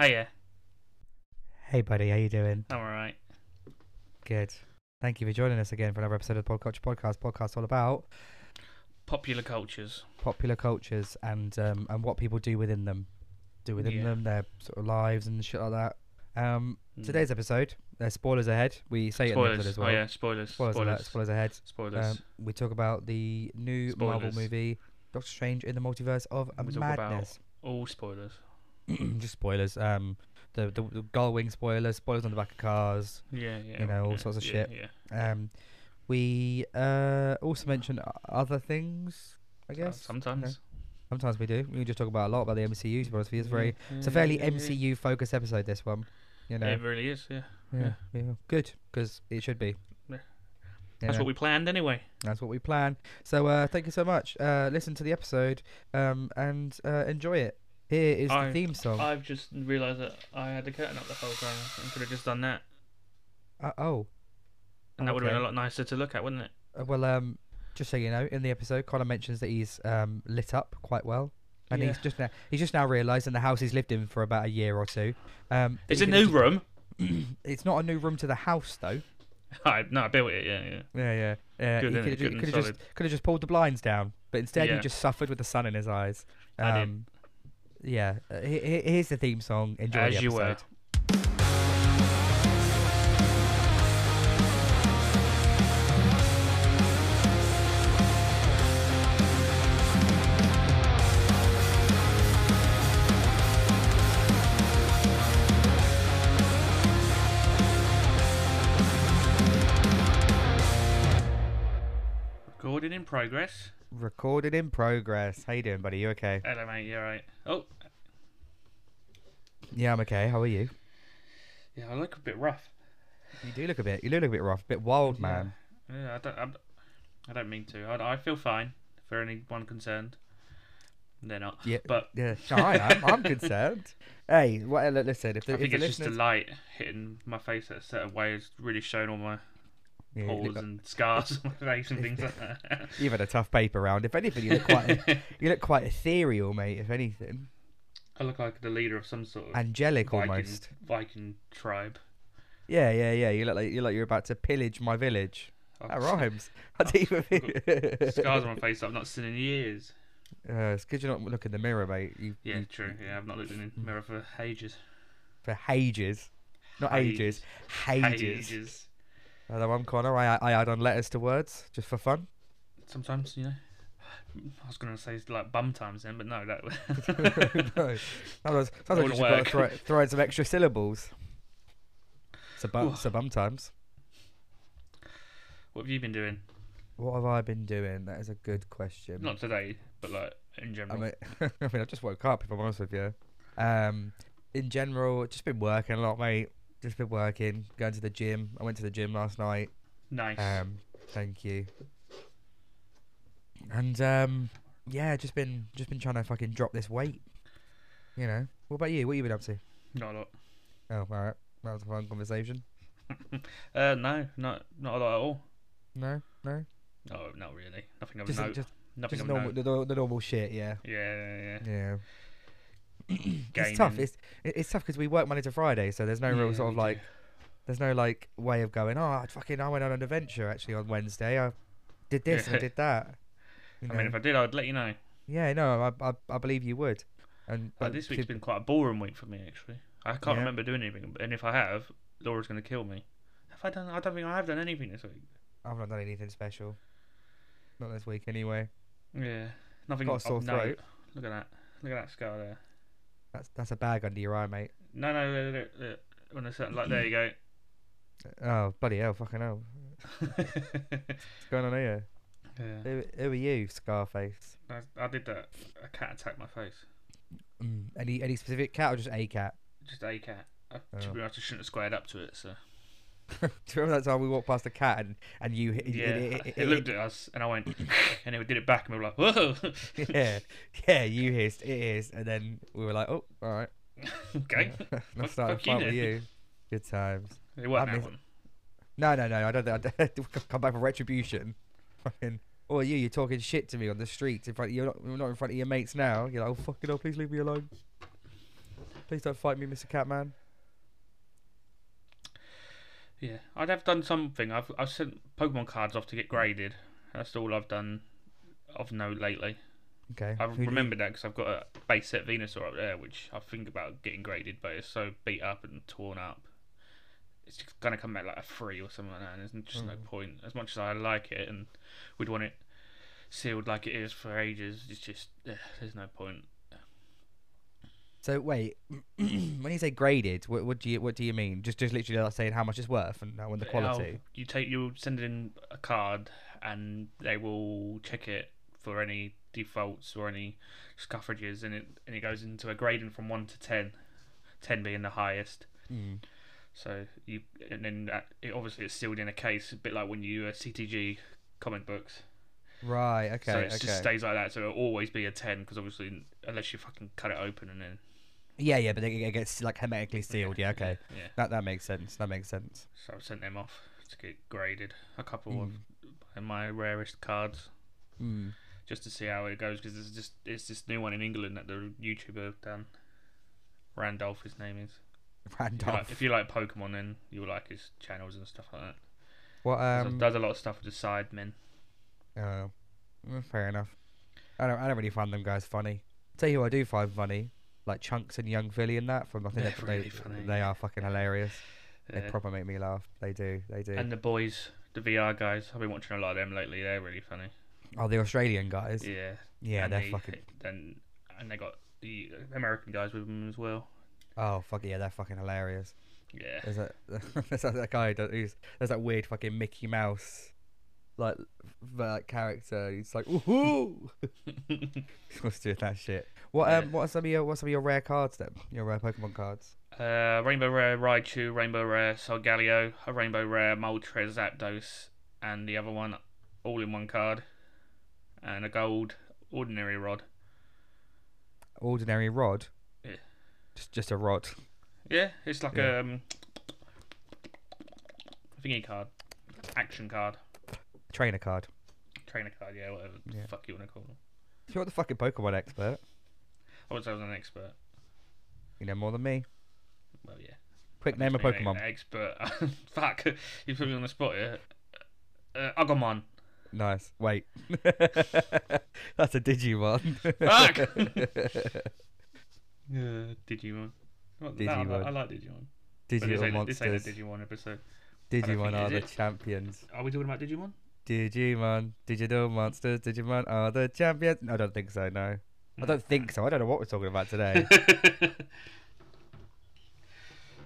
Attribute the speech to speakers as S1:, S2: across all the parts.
S1: Hiya.
S2: Hey, buddy, how you doing?
S1: Oh, I'm alright.
S2: Good. Thank you for joining us again for another episode of the Pop Culture Podcast. Podcast all about
S1: Popular cultures.
S2: popular cultures and um, and what people do within them, do within
S1: Yeah.
S2: them their sort of lives and shit like that. Um,
S1: Mm.
S2: Today's episode, there's spoilers ahead. We say it in the
S1: spoilers.
S2: episode as well.
S1: Oh yeah, spoilers.
S2: spoilers,
S1: Spoilers.
S2: alert,
S1: Spoilers.
S2: spoilers ahead. Um, we talk about the new Marvel
S1: Spoilers.
S2: movie, Doctor Strange in the Multiverse of
S1: We talk about-
S2: Madness.
S1: All spoilers.
S2: Just spoilers. Um, the the, the Gullwing spoilers, spoilers on the back of cars.
S1: Yeah, yeah.
S2: You know, all
S1: yeah,
S2: sorts of
S1: yeah,
S2: shit.
S1: Yeah.
S2: Um, we uh, also mention o- other things, I
S1: Uh,
S2: guess.
S1: Sometimes.
S2: Sometimes we do. We just talk about a lot about the MCU. To be honest with you, it's very
S1: Yeah,
S2: it's a fairly
S1: yeah, yeah.
S2: MCU focused episode. This one, you know.
S1: It really is, yeah.
S2: yeah, yeah. good because it should be.
S1: Yeah.
S2: You
S1: That's
S2: know,
S1: what we planned anyway.
S2: that's what we plan. So uh, thank you so much. Uh, listen to the episode um, and uh, enjoy it. Here is
S1: I-
S2: the theme song.
S1: I've just realised that I had the curtain up the whole time. I could have just done that.
S2: Uh, oh,
S1: And that would have been
S2: Okay.
S1: a lot nicer to look at, wouldn't it?
S2: Uh, well, um, just so you know, in the episode, Connor mentions that he's um, lit up quite well, and he's
S1: Yeah.
S2: just now he's just now realising the house he's lived in for about a year or two. Um, that
S1: It's
S2: he
S1: a
S2: can
S1: new
S2: just-
S1: room.
S2: It's not a new room to the house though.
S1: I, no, I built it, yeah, yeah.
S2: Yeah, yeah, yeah.
S1: Good,
S2: he
S1: innit?
S2: could
S1: Good
S2: have ju-
S1: and
S2: could have just could have just pulled the blinds down, but instead he
S1: Yeah.
S2: just suffered with the sun in his eyes. Um,
S1: I did.
S2: yeah, uh, he- he- here's the theme song. Enjoy the
S1: As
S2: episode.
S1: you were. Recording in progress.
S2: Recorded in progress. How you doing, buddy? You okay?
S1: Hello, mate. You alright? Oh,
S2: Yeah, I'm okay. How are you?
S1: yeah. I look a bit rough.
S2: You do look a bit. You look a bit rough, a bit wild,
S1: Yeah.
S2: man.
S1: Yeah, I don't. I'm, I don't mean to. I, I feel fine. For anyone concerned, they're not.
S2: Yeah.
S1: But
S2: Yeah, no, I am. I'm concerned. Hey, well, look, listen, if
S1: I
S2: the, if
S1: think
S2: the
S1: it's just the
S2: listeners,
S1: light hitting my face at a certain way has really shown all my
S2: Yeah, you
S1: pores
S2: look-
S1: and scars on my face and things like that.
S2: you've had a tough paper round. If anything, you look quite, you look quite ethereal, mate. If anything,
S1: I look like the leader of some sort of
S2: angelic
S1: Viking,
S2: almost.
S1: Viking tribe.
S2: Yeah, yeah, yeah. You look like you look like you're about to pillage my village.
S1: I've
S2: That
S1: got
S2: rhymes. That's even.
S1: oh, Scars on my face that I've not seen in years.
S2: Uh, it's good you don't look in the mirror, mate. You,
S1: Yeah,
S2: you-
S1: true. Yeah, I've not looked in the mirror for ages.
S2: for ages, not ages, ages.
S1: Ages.
S2: Hello, I'm Connor. I I add on letters to words just for fun.
S1: Sometimes, you know. I was gonna say it's like bum times then, but no, that
S2: no. Sometimes, sometimes you
S1: wouldn't
S2: just gotta
S1: work.
S2: throw, throw in some extra syllables. So, bum,
S1: Ooh.
S2: so sometimes.
S1: What have you been doing?
S2: What have I been doing? That is a good question.
S1: Not today, but like in
S2: I
S1: general.
S2: mean, I mean, I just woke up. If I'm honest with you. Um, in general, just been working a lot, mate. Just been working, going to the gym. I went to the gym last night.
S1: nice.
S2: Um, thank you. And um, yeah, just been just been trying to fucking drop this weight. You know. What about you? What you been up to?
S1: not a lot.
S2: Oh, all right. That was a fun conversation.
S1: Uh, no, not not a lot at all.
S2: No, no.
S1: No, not really. Nothing of
S2: Just,
S1: note.
S2: just,
S1: Nothing
S2: just
S1: of
S2: normal,
S1: note.
S2: the, the normal shit. Yeah,
S1: Yeah, yeah, yeah.
S2: yeah. It's tough.
S1: Gaming.
S2: It's it- it's tough because we work Monday to Friday, so there's no real
S1: Yeah,
S2: sort
S1: we
S2: of
S1: do.
S2: like, there's no like way of going. Oh, I fucking, I went on an adventure actually on Wednesday. I did this and I
S1: Yeah.
S2: did that. You
S1: I mean,
S2: know?
S1: if I did, I'd let you know.
S2: yeah, no, I, I I believe you would. And
S1: Like,
S2: but
S1: this
S2: to-
S1: week's been quite a boring week for me, actually. I can't
S2: Yeah.
S1: remember doing anything, and if I have, Laura's gonna kill me. Have I done? I don't think I have done anything this week.
S2: I've not done anything special. Not this week anyway.
S1: Yeah, nothing.
S2: Got a
S1: of
S2: sore
S1: note.
S2: throat.
S1: Look at that. Look at that scar there.
S2: That's that's a bag under your eye, mate.
S1: No, no, no, no, no, no. on a certain, like there you go.
S2: Oh bloody hell, fucking hell. What's going on here?
S1: yeah,
S2: Who, who are you, Scarface?
S1: I, I did that. A cat attacked my face.
S2: Mm. Any any specific cat or just a cat?
S1: Just a cat. I,
S2: Oh.
S1: To be honest, I shouldn't have squared up to it. So
S2: Do you remember that time we walked past a cat and, and you hit
S1: yeah,
S2: it,
S1: it, looked at us, and I went, and it did it back, and we were like, whoa,
S2: yeah, yeah, you hissed, it hissed, and then we were like, oh, all right,
S1: okay.
S2: let's
S1: Fuck-
S2: start a
S1: fuck you
S2: fight with
S1: then.
S2: you. Good times.
S1: It wasn't
S2: I
S1: that
S2: miss-
S1: one.
S2: No, no, no, I don't think I don't- come back for retribution. Fucking, or you, you're talking shit to me on the streets in front. You're not, you're not in front of your mates now. You're like, oh, fucking, oh, please leave me alone. Please don't fight me, Mr. Catman.
S1: Yeah, I'd have done something. I've I've sent Pokemon cards off to get graded. That's all I've done of note lately.
S2: Okay.
S1: I
S2: who do you-
S1: remember that because I've got a base set Venusaur up there, which I think about getting graded, but it's so beat up and torn up. It's just gonna come back like a three or something like that, and there's just
S2: Hmm.
S1: no point. As much as I like it and would want it sealed like it is for ages, it's just eh, there's no point.
S2: So wait, when you say graded, what, what do you what do you mean? Just just literally like saying how much it's worth and how and the
S1: I'll-
S2: quality.
S1: you take you send in a card, and they will check it for any defaults or any scuffrages, and it and it goes into a grading from one to ten, ten being the highest.
S2: Mm.
S1: So you and then that, it obviously it's sealed in a case, a bit like when you uh, CTG comic books.
S2: Right. Okay.
S1: so it
S2: okay.
S1: just stays like that. So it'll always be a ten because obviously unless you fucking cut it open and then
S2: yeah, yeah, but it, it gets like hermetically sealed. Yeah. Okay.
S1: yeah.
S2: That that makes sense. That makes sense.
S1: So I've sent them off to get graded. A couple of my rarest cards
S2: Mm.
S1: just to see how it goes because there's just it's this new one in England that the YouTuber done. Randolph, his name is. If you,
S2: Randolph.
S1: like, if you like Pokemon, then you'll like his channels and stuff like that.
S2: what?
S1: So
S2: Um.
S1: does a lot of stuff with the side men.
S2: Oh, mm, fair enough. I don't. I don't really find them guys funny. tell you who I do find funny, like Chunks and Young Philly and that. From I think
S1: They're
S2: they-
S1: really
S2: they,
S1: funny,
S2: they are fucking hilarious. They
S1: Uh,
S2: proper make me laugh. They do. They do.
S1: And the boys, the VR guys, I've been watching a lot of them lately. They're really funny.
S2: oh, the Australian guys. Yeah,
S1: Yeah. and
S2: they're
S1: they-
S2: fucking.
S1: And and they got the American guys with them as well.
S2: Oh fuck yeah, they're fucking hilarious.
S1: Yeah.
S2: There's that. there's that, that guy that- who's there's that weird fucking Mickey Mouse, like, v- like character. He's like, woohoo! Uh, What's doing that shit? What
S1: Yeah.
S2: um? What are some of your what are some of your rare cards then? Your rare Pokemon cards.
S1: uh, Rainbow Rare Raichu, Rainbow Rare Solgaleo, a Rainbow Rare Moltres Zapdos, and the other one all in one card, and a gold ordinary rod.
S2: Ordinary rod.
S1: Yeah.
S2: Just just a rod.
S1: Yeah, it's like
S2: Yeah.
S1: a um, thingy card, action card,
S2: trainer card.
S1: trainer card. Yeah, whatever
S2: Yeah.
S1: the fuck you want to call them.
S2: You're the fucking Pokemon expert.
S1: I would say I was an expert.
S2: You know more than me.
S1: Well, yeah.
S2: Quick
S1: I'm
S2: name a
S1: just being an
S2: Pokemon.
S1: Expert. Fuck. You put me on the spot here. Uh, Agumon.
S2: Nice. Wait. That's a Digimon.
S1: Fuck! Yeah, Digimon. Well, no, I,
S2: Digimon.
S1: like, I like Digimon. But this,
S2: Digimon
S1: ain't, this ain't a
S2: monsters.
S1: Digimon episode. I don't
S2: Digimon
S1: think
S2: are
S1: it
S2: the
S1: is.
S2: champions.
S1: Are we talking about Digimon?
S2: Digimon, digital monsters. Digimon are the champions. No, I don't think so. No, I don't think so. I don't know what we're talking about today.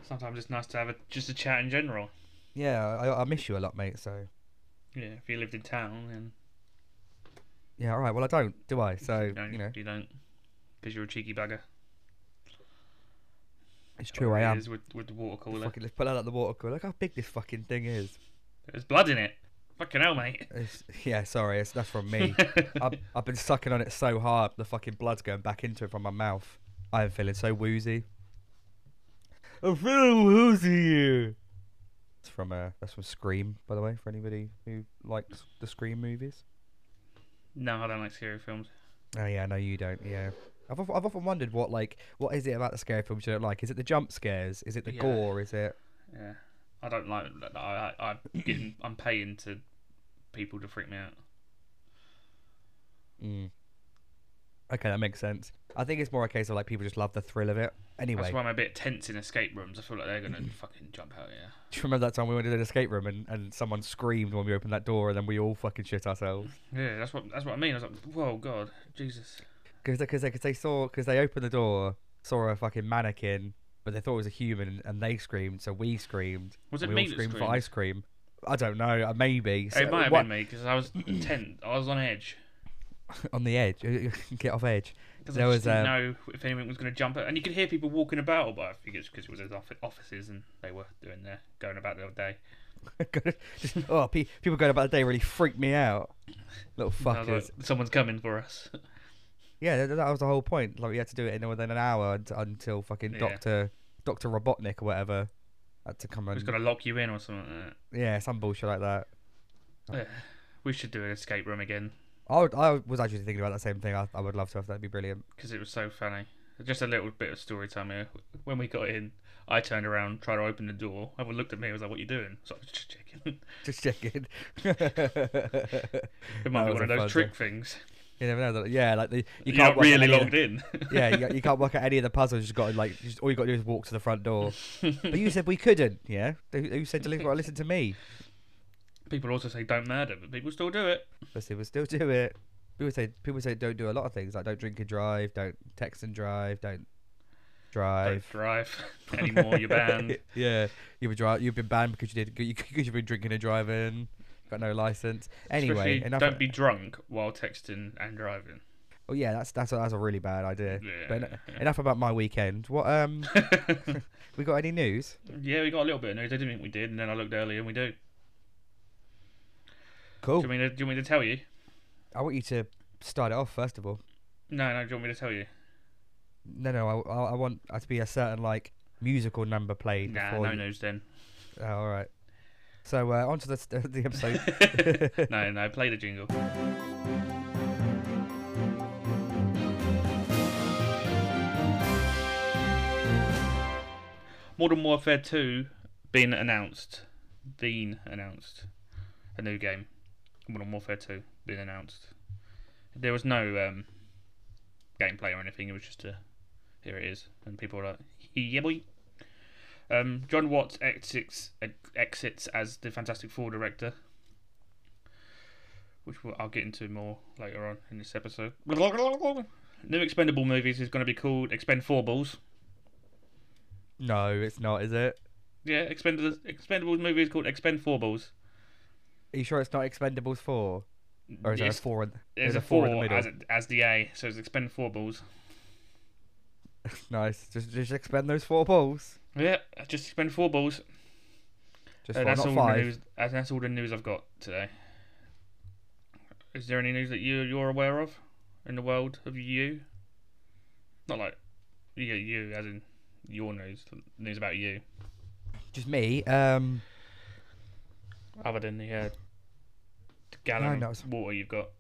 S1: Sometimes it's nice to have a, just a chat in general.
S2: yeah, I, I miss you a lot, mate. So
S1: Yeah, if you lived in town, then
S2: yeah, all right. Well, I don't, do I?
S1: you
S2: So
S1: don't.
S2: you know,
S1: You don't because you're a cheeky bugger.
S2: it's true. I
S1: It
S2: am.
S1: is with, with the water cooler.
S2: Fucking, let's put that out the water cooler. Look how big this fucking thing is.
S1: There's blood in it. Fucking hell, mate.
S2: It's, yeah, sorry, it's, that's from me. I've, I've been sucking on it so hard, the fucking blood's going back into it from my mouth. I am feeling so woozy. I'm feeling woozy here. It's from uh, that's from Scream, by the way, for anybody who likes the Scream movies.
S1: No, I don't like scary films.
S2: Oh yeah, no, you don't. Yeah, I've of- I've often wondered what like what is it about the scary films you don't like? Is it the jump scares? Is it the
S1: Yeah.
S2: gore? Is it?
S1: Yeah, I don't like. I, I I'm getting, I'm paying to people to freak me out.
S2: Mm. Okay, that makes sense. I think it's more a case of like people just love the thrill of it. Anyway,
S1: That's why I'm a bit tense in escape rooms. I feel like they're gonna fucking jump out. Yeah.
S2: Do you remember that time we went to an escape room and, and someone screamed when we opened that door and then we all fucking shit ourselves?
S1: Yeah, that's what that's what I mean. I was like, whoa, God, Jesus.
S2: Because they, 'cause they, 'cause they saw, because they opened the door, saw a fucking mannequin, but they thought it was a human and they screamed, so we screamed.
S1: Was it
S2: we
S1: me
S2: all
S1: that
S2: screamed for
S1: screamed?
S2: ice cream. I don't know, uh, maybe. So
S1: it might have
S2: what-
S1: been me because I was tense. I was on edge
S2: On the edge, get off edge.
S1: because
S2: There
S1: I just
S2: was,
S1: didn't
S2: um,
S1: know if anyone was gonna jump out. And you could hear people walking about, but I think it's because it was his offi- offices and they were doing their going about their day.
S2: Just, oh, pe- people going about the day really freaked me out. Little
S1: I was
S2: fuckers.
S1: like, Someone's coming for us.
S2: Yeah, that, that was the whole point. Like we had to do it in within an hour unt- until fucking
S1: Yeah.
S2: Doctor Doctor Robotnik or whatever had to come and
S1: Who's gonna lock you in or something? Like that.
S2: yeah, some bullshit like that.
S1: We should do an escape room again
S2: I, would, I was actually thinking about that same thing. I, I would love to have that. would be brilliant.
S1: because it was so funny. Just a little bit of story time here. When we got in, I turned around, tried to open the door. Everyone looked at me. I was like, "What you doing?" So I was just checking.
S2: Just checking. you
S1: It might be one of those trick things.
S2: never know. that- Yeah, like the, you
S1: You are
S2: can't
S1: not
S2: work out
S1: really
S2: any of the-
S1: logged in.
S2: yeah, you, you can't work out any of the puzzles. You just got to like, you just, all you got to do is walk to the front door. but you said we couldn't. Yeah, who, who said to listen, well, listen to me?
S1: people also say don't murder, but people still do it.
S2: But they would still do it. People say people say don't do a lot of things like don't drink and drive, don't text and drive, don't drive.
S1: Don't drive anymore. You're banned.
S2: yeah, you were dri- You've been banned because you did because you've been drinking and driving. Got no license. Anyway,
S1: Especially
S2: enough.
S1: don't be drunk while texting and driving.
S2: Oh yeah, that's that's a, that's a really bad idea. But en-
S1: Yeah.
S2: enough about my weekend. What um, we got any news?
S1: yeah, we got a little bit of news. I didn't think we did, and then I looked earlier and we do.
S2: Cool.
S1: Do you mean to, do you want me to tell you?
S2: I want you to start it off first of all.
S1: No, no. Do you want me to tell you?
S2: No, no, I, I, I want uh, to be a certain like musical number played
S1: Nah,
S2: before.
S1: no
S2: you-
S1: news then.
S2: Oh, all right. So uh, on to the, st- the episode.
S1: no, no. Play the jingle. Modern Warfare 2 been announced. Been announced. A new game. Modern Warfare 2 been announced. There was no um, gameplay or anything. It was just a here it is, and people were like, yeah boy. Um, John Watts exits ex- exits as the Fantastic Four director, which we'll, I'll get into more later on in this episode. New Expendable movies is going to be called Expend Four Balls.
S2: no, it's not, is it?
S1: Yeah, Expendables, Expendables movie is called Expend Four Balls.
S2: Are you sure it's not Expendables four? Or is there a
S1: Yes,
S2: four? In,
S1: there's
S2: there's
S1: a
S2: a four
S1: four
S2: in the middle.
S1: as, as the A, so it's Expend Four Balls.
S2: nice. Just just expend those four balls.
S1: Yeah, just Expend Four Balls.
S2: Just
S1: Uh,
S2: four,
S1: that's
S2: not
S1: all the
S2: five.
S1: news. uh, That's all the news I've got today. Is there any news that you you're aware of in the world of you? Not like yeah, you as in your news, news about you.
S2: Just me. Um,
S1: Other than the, uh, the gallon
S2: no, it's-
S1: of water you've got.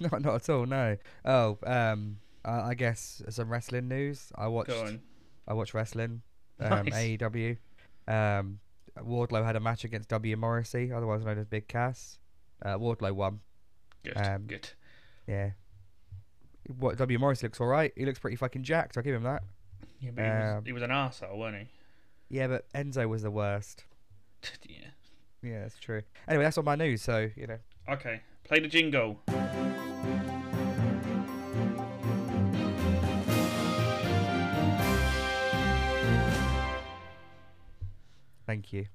S2: not not at all. No. Oh, um, I, I guess some wrestling news. I watched.
S1: Go on.
S2: I watch wrestling. Um,
S1: Nice.
S2: AEW. Um, Wardlow had a match against W Morrissey, otherwise known as Big Cass. Uh, Wardlow won.
S1: Good.
S2: um,
S1: good.
S2: Yeah. What W Morris looks all right. He looks pretty fucking jacked. I'll give him that.
S1: Yeah, but he, was,
S2: um,
S1: he was an arsehole, wasn't
S2: Yeah, but Enzo was the worst.
S1: he? yeah.
S2: Yeah, that's true. Anyway, that's all my news. So you know,
S1: Okay, play the jingle.
S2: thank you.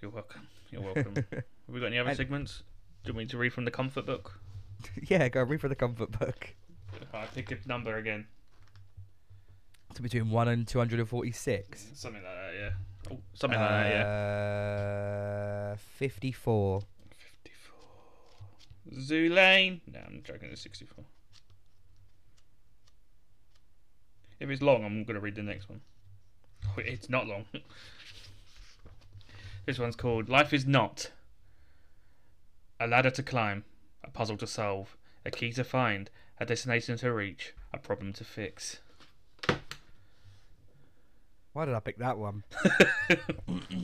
S1: You're welcome. You're welcome. Have we got any other
S2: And-
S1: segments? Do you want me to read from the comfort book?
S2: yeah, go read for the comfort book.
S1: I pick a number again.
S2: So between one and two hundred and forty-six.
S1: Something like that, yeah. Oh, something like that, yeah.
S2: Uh, fifty-four.
S1: 54. Zulane. No, I'm joking. It's 64. If it's long, I'm going to read the next one. Oh, It's not long. this one's called Life is Not A Ladder to Climb, a Puzzle to Solve, a Key to Find, a Destination to Reach, a Problem to Fix.
S2: Why did I pick that one?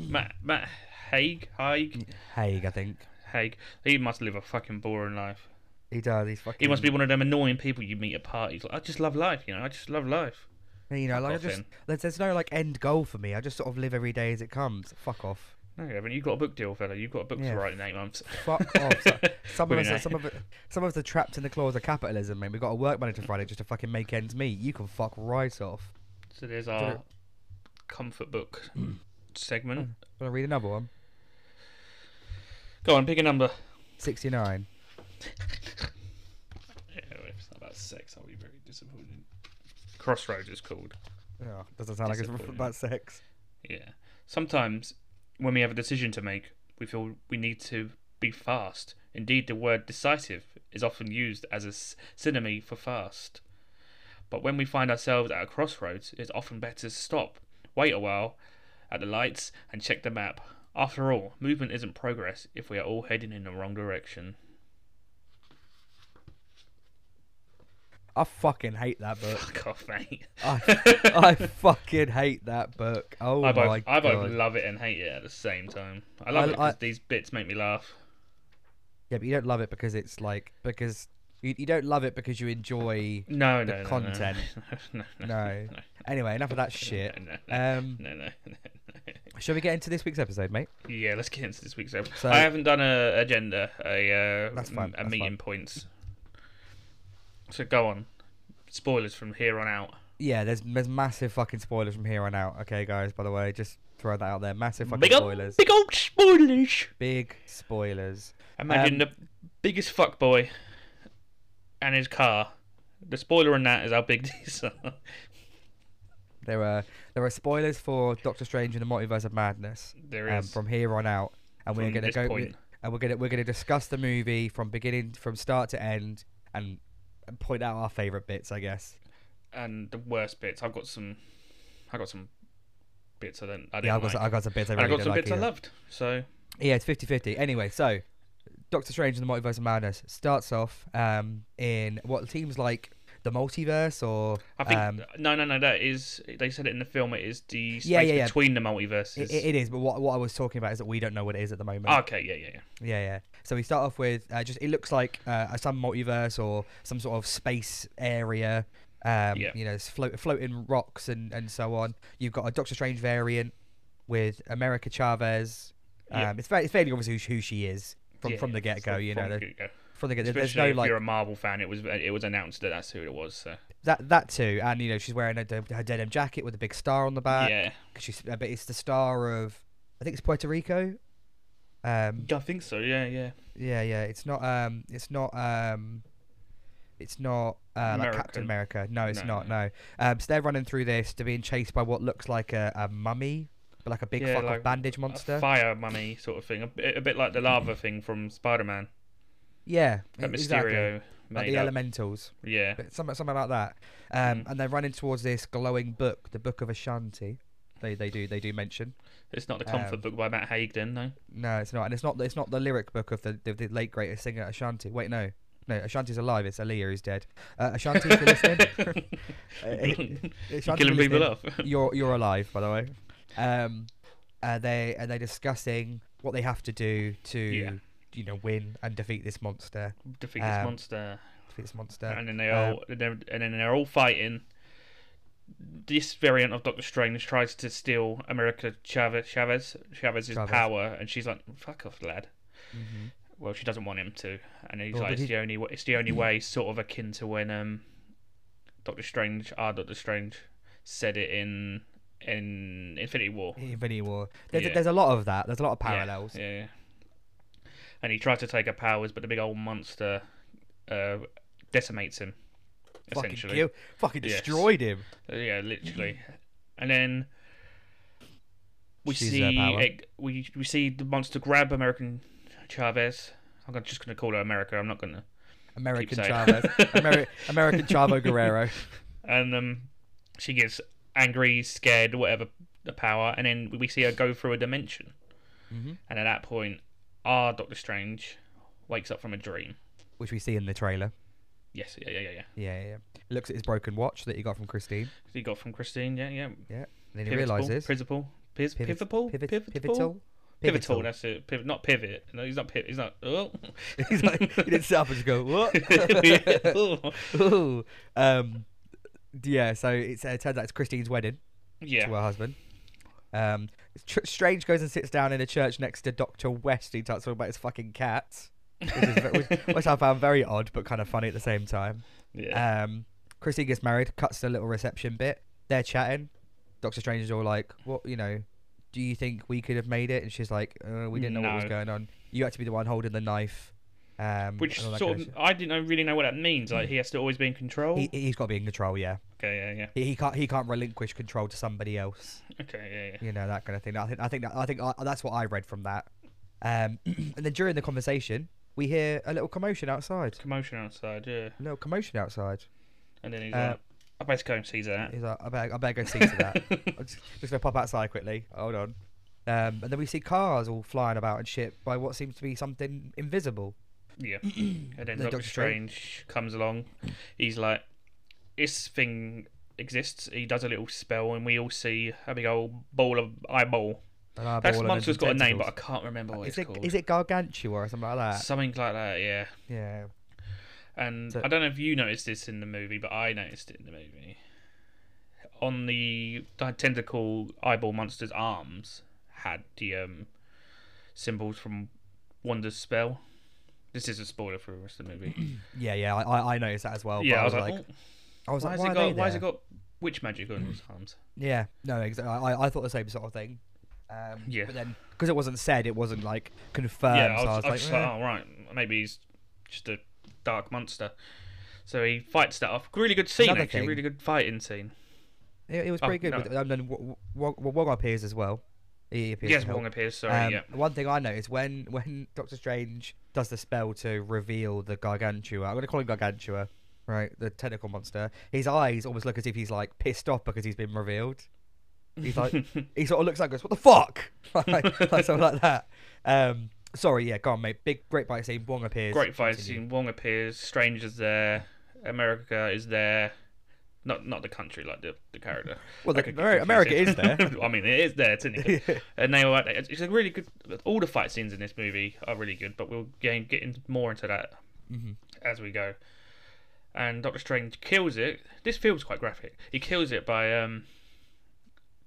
S1: Matt, Matt Haig? Haig?
S2: Haig, I think
S1: Haig. He must live a fucking boring life.
S2: he does. He's fucking.
S1: He must be one of them annoying people you meet at parties. Like, I just love life, you know. I just love life.
S2: You know, like I
S1: off
S2: just
S1: him.
S2: there's, there's no like end goal for me. I just sort of live every day as it comes. Fuck off.
S1: No, you haven't. You've got a book deal, fella. You've got a book
S2: Yeah.
S1: to write in eight months.
S2: Fuck off. So- Some of
S1: Really
S2: us, are,
S1: nice.
S2: some of it, some of us are trapped in the claws of capitalism, mate. We've got to work Monday to Friday just to fucking make ends meet. You can fuck right off.
S1: So there's our comfort book segment.
S2: Want to read another one?
S1: Go on, pick a number.
S2: Sixty-nine.
S1: Yeah, if it's not about sex, I'll be very disappointed. Crossroads is called.
S2: Oh, doesn't sound like it's
S1: Disappointing.
S2: about sex.
S1: Yeah. Sometimes, when we have a decision to make, we feel we need to be fast. Indeed, the word decisive is often used as a s- synonym for fast. But when we find ourselves at a crossroads, it's often better to stop, wait a while at the lights, and check the map. After all, movement isn't progress if we are all heading in the wrong direction.
S2: I fucking hate that book.
S1: Fuck off, mate.
S2: I, I fucking hate that book. Oh
S1: I
S2: my
S1: both, I both
S2: god.
S1: love it and hate it at the same time. I love
S2: I-
S1: it because
S2: I-
S1: these bits make me laugh.
S2: yeah, but you don't love it because it's like because you, you don't love it because you enjoy.
S1: No, no,
S2: The
S1: no, no,
S2: content.
S1: No, no,
S2: No. Anyway, enough of that shit.
S1: No, no,
S2: Um,
S1: no, no, no, no.
S2: shall we get into this week's episode, mate?
S1: Yeah, let's get into this week's episode.
S2: So-
S1: I haven't done a agenda, a uh,
S2: That's fine,
S1: m- a
S2: that's
S1: meeting
S2: fine.
S1: points. So go on. Spoilers from here on out.
S2: Yeah, there's there's massive fucking spoilers from here on out. Okay, guys. By the way, just throw that out there. Massive fucking
S1: Big
S2: spoilers.
S1: old, big old spoilers.
S2: Big spoilers.
S1: Imagine
S2: Um,
S1: the biggest fuckboy and his car. The spoiler on that is how big these are.
S2: There are there are spoilers for Doctor Strange and the Multiverse of Madness
S1: There
S2: um,
S1: is
S2: from here on out, and we're
S1: from
S2: gonna
S1: this
S2: go
S1: point.
S2: and we're gonna we're gonna discuss the movie from beginning from start to end and and point out our favorite bits, I guess.
S1: and the worst bits. I've got some. I got some bits I don't. I didn't
S2: Yeah, I've got
S1: like.
S2: some, I've got some bits I
S1: And I
S2: really
S1: got
S2: don't
S1: some
S2: like
S1: bits I
S2: either.
S1: loved. So
S2: Yeah, it's 50-50. Anyway, so Doctor Strange and the Multiverse of Madness starts off um, in what seems like the multiverse or
S1: I think
S2: um,
S1: no, no, no. That is they said it in the film. It is the space
S2: Yeah, yeah, yeah.
S1: between the multiverses. Ah,
S2: it, it is, but what, what I was talking about is that we don't know what it is at the moment.
S1: okay, yeah, yeah, yeah.
S2: Yeah, yeah. So we start off with uh, just it looks like uh, some multiverse or some sort of space area. Um,
S1: Yeah.
S2: You know, it's float, floating rocks and, and so on. You've got a Doctor Strange variant with America Chavez. Um,
S1: Yeah.
S2: It's fairly, it's fairly obvious who, who she is from,
S1: Yeah,
S2: from the
S1: yeah,
S2: get go.
S1: from-
S2: You
S1: from
S2: know,
S1: the
S2: the-
S1: get-go.
S2: from the get go. There's
S1: Especially
S2: no
S1: if
S2: like
S1: you're a Marvel fan, it was it was announced that that's who it was. So
S2: that that too, and you know she's wearing her, her denim jacket with a big star on the back.
S1: yeah,
S2: She's, uh, but it's the star of I think it's Puerto Rico. Um,
S1: I think so. Yeah, yeah.
S2: Yeah, yeah. It's not. Um, it's not. Um, it's not uh, like Captain America. No, it's
S1: No,
S2: not. No. Um, so they're running through this. They're being chased by what looks like a, a mummy, but like a big
S1: Yeah,
S2: fuck off
S1: like
S2: bandage
S1: A
S2: monster.
S1: fire mummy sort of thing. A bit, a bit like the lava thing from Spider Man.
S2: yeah, e-,
S1: That Mysterio
S2: exactly.
S1: made
S2: Like the
S1: up.
S2: elementals,
S1: Yeah,
S2: but something, something like that. Um,
S1: Mhm.
S2: and they're running towards this glowing book, the Book of Ashanti. They they do they do mention.
S1: it's not the comfort
S2: Um,
S1: book by Matt Haig then, no.
S2: No, it's not, and it's not it's not the lyric book of the the, the late greatest singer Ashanti. Wait, no. No, Ashanti's alive. It's Aaliyah who's dead. Uh, Ashanti, if you're listening,
S1: Uh,
S2: Uh,
S1: You're
S2: Ashanti, if
S1: killing
S2: you're
S1: people
S2: listening,
S1: off.
S2: you're you're alive, by the way. Um, uh, they and they're discussing what they have to do to
S1: Yeah.
S2: you know win and defeat this monster,
S1: Defeat this
S2: Um,
S1: monster.
S2: defeat this monster.
S1: and then they
S2: um,
S1: all and then and then they're all fighting. This variant of Doctor Strange tries to steal America Chavez Chavez Chavez's
S2: Chavez.
S1: power, and she's like, "Fuck off, lad."
S2: Mhm.
S1: Well, she doesn't want him to, and he's
S2: Well,
S1: like,
S2: but
S1: "It's
S2: he-
S1: the only wa- it's the only way." Sort of akin to when um, Doctor Strange, our Doctor Strange, said it in in Infinity War.
S2: Infinity War. There's,
S1: Yeah.
S2: there's a lot of that. There's a lot of
S1: Yeah,
S2: parallels.
S1: Yeah, yeah. And he tries to take her powers, but the big old monster uh, decimates him.
S2: Fucking
S1: essentially.
S2: kill, fucking
S1: Yes.
S2: destroyed him.
S1: Uh, Yeah, literally. And then we
S2: She's
S1: see
S2: their power.
S1: it, we we see the monster grab American Chavez. I'm gonna- just gonna call her America. I'm not gonna.
S2: American
S1: saying-
S2: Chavez, Ameri- American Chavo Guerrero.
S1: And um, she gets angry, scared, whatever the power. And then we see her go through a dimension.
S2: hmm
S1: And at that point, our Doctor Strange wakes up from a dream.
S2: which we see in the trailer.
S1: Yes, yeah, yeah, yeah, yeah.
S2: Yeah, yeah. yeah. Looks at his broken watch that he got from Christine,
S1: He got from Christine. Yeah, yeah.
S2: and then he realizes
S1: Principal. Piv-
S2: Pivot-
S1: pivotal,
S2: pivot-
S1: pivotal,
S2: pivotal,
S1: pivotal. That's it. Pivot, not pivot. No, he's not pivot. He's not. Oh.
S2: He's like, he didn't sit up and just go what?
S1: yeah,
S2: Ooh. Um, yeah. So it's, uh, it turns out it's Christine's wedding to her husband. Um, Tr- Strange goes and sits down in a church next to Doctor West. He talks all about his fucking cats, which, is, ve- which, which I found very odd but kind of funny at the same time.
S1: yeah.
S2: Um, Christine gets married, cuts the little reception bit. They're chatting. Doctor Strange is all like, "What you know? Do you think we could have made it?" And she's like, uh, "We didn't know what was
S1: No.
S2: going on. You had to be the one holding the knife." Um,
S1: Which
S2: and all that
S1: sort
S2: kind
S1: of, Oh.
S2: of
S1: I didn't know- really know what that means. Like he has to always be in control.
S2: shit. he, he's got to be in control. Yeah,
S1: Okay, yeah,
S2: he, he can't he can't relinquish control to somebody else.
S1: yeah. Okay, yeah, yeah.
S2: You know that kind of thing. I think I think that, I think I, that's what I read from that. Um, and then during the conversation, we hear a little commotion outside.
S1: Commotion outside. Yeah.
S2: A little commotion outside.
S1: And then he's
S2: Uh,
S1: like, I better go and see that.
S2: He's like, I better, I better go see to that. I'm just, just gonna pop outside quickly. Hold on. Um, and then we see cars all flying about and shit by what seems to be something invisible.
S1: Yeah. and then
S2: Then
S1: Doctor
S2: Doctor Strange.
S1: Strange comes along. He's like, this thing exists. He does a little spell, and we all see a big old ball of eyeball.
S2: An eyeball
S1: That
S2: and
S1: monster's got a
S2: then
S1: name, but I
S2: tentacles.
S1: can't remember what
S2: is
S1: it's
S2: it
S1: called.
S2: is it gargantua or something like that?
S1: Something like that, yeah.
S2: Yeah.
S1: And
S2: So-
S1: I don't know if you noticed this in the movie, but I noticed it in the movie. On the tentacle eyeball monster's arms had the um, symbols from Wanda's spell. This is a spoiler for the rest of the movie.
S2: Yeah, yeah, I- I, I noticed that as well.
S1: yeah,
S2: but
S1: I was like, "Oh,
S2: I was
S1: why,
S2: like,
S1: has it
S2: are
S1: got,
S2: they
S1: why has it
S2: there?"
S1: got witch magic on its arms?
S2: Yeah, no, exactly. I, I thought the same sort of thing. Um,
S1: Yeah.
S2: But then, because it wasn't said, it wasn't like confirmed.
S1: yeah, I was,
S2: so
S1: I was
S2: like,
S1: just
S2: "Eh."
S1: like, oh, right, maybe he's just a dark monster. So he fights that off. Really good scene,
S2: Another
S1: actually.
S2: thing-
S1: Really good fighting scene.
S2: it, it was
S1: oh,
S2: pretty good.
S1: no.
S2: with- and then Wong w- appears as well. He appears.
S1: Yes,
S2: to help.
S1: Wong appears, sorry,
S2: Um,
S1: yeah.
S2: One thing I noticed when when Doctor Strange does the spell to reveal the gargantua, I'm gonna call him gargantua, right? The tentacle monster. His eyes almost look as if he's like pissed off because he's been revealed. He's like he sort of looks like goes, "What the fuck?" like, like something like that. Um, sorry, yeah, go on, mate. Big great fight scene. Wong appears.
S1: Great fight
S2: Continue.
S1: scene. Wong appears. Strange is there. America is there. Not not the country, like the, the character.
S2: Well,
S1: That
S2: the-
S1: could get
S2: Ameri- America
S1: confusing.
S2: is there.
S1: I mean, it is there technically. and they were. It's it's a really good. All the fight scenes in this movie are really good, but we'll get, get in, more into that
S2: Mhm.
S1: as we go. And Doctor Strange kills it. This film's quite graphic. He kills it by um,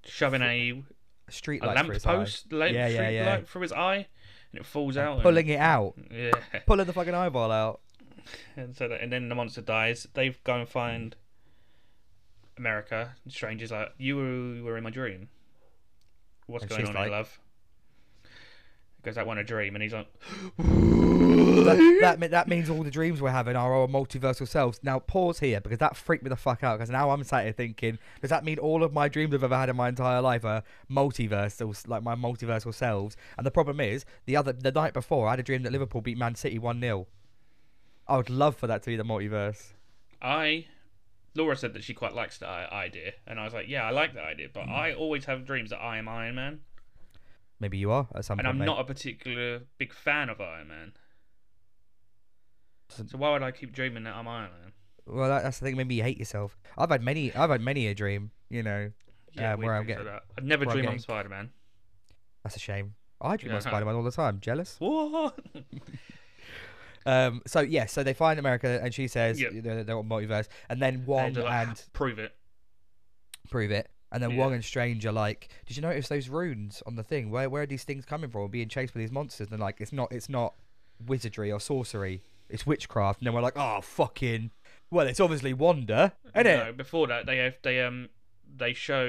S1: shoving a,
S2: Street
S1: a
S2: light
S1: lamp
S2: for his eye.
S1: post, lamp,
S2: Yeah, yeah,
S1: street
S2: yeah.
S1: light through his eye, and it falls out. and-
S2: pulling it out,
S1: yeah.
S2: pulling the fucking eyeball out.
S1: and so that, and then the monster dies. They go and find America. And Strange is like, "You were, you were in my dream. What's
S2: And
S1: going
S2: she's
S1: on,
S2: like-
S1: here, love?" Because that one a dream, and he's like,
S2: that, that, me- that means all the dreams we're having are our multiversal selves. Now pause here because that freaked me the fuck out. Because now I'm sat here thinking, does that mean all of my dreams I've ever had in my entire life are multiversal, like my multiversal selves? And the problem is, the other the night before, I had a dream that Liverpool beat Man City one 0 I would love for that to be the multiverse.
S1: "I." Laura said that she quite likes that i- idea, and I was like, "Yeah, I like that idea."
S2: Mm.
S1: But I always have dreams that I am Iron Man,
S2: Maybe you are at some
S1: and
S2: point.
S1: I'm
S2: mate.
S1: not a particular big fan of Iron Man. So why would I keep dreaming that I'm Iron Man?
S2: Well, that, that's the thing. Maybe you hate yourself. I've had many. I've had many a dream. You know, Yeah,
S1: weird
S2: where I'm
S1: things like
S2: getting-
S1: that. I'd never
S2: where I'm
S1: dream I'm
S2: getting-
S1: Spider Man.
S2: that's a shame. I dream
S1: Yeah.
S2: of Spider-Man all the time. Jealous.
S1: What?
S2: Um, so yeah, so they find America, and she says
S1: Yep.
S2: they're, they're on multiverse, and then
S1: And
S2: Wong
S1: they're like,
S2: and
S1: prove it.
S2: prove it, and then
S1: Yeah.
S2: Wong and Strange are like, "Did you notice those runes on the thing? Where where are these things coming from? Being chased by these monsters?" And they're like, "It's not, it's not wizardry or sorcery, it's witchcraft." And then we're like, "Oh fucking, well, it's obviously Wanda, isn't
S1: No,
S2: it?"
S1: before that, they have they um they show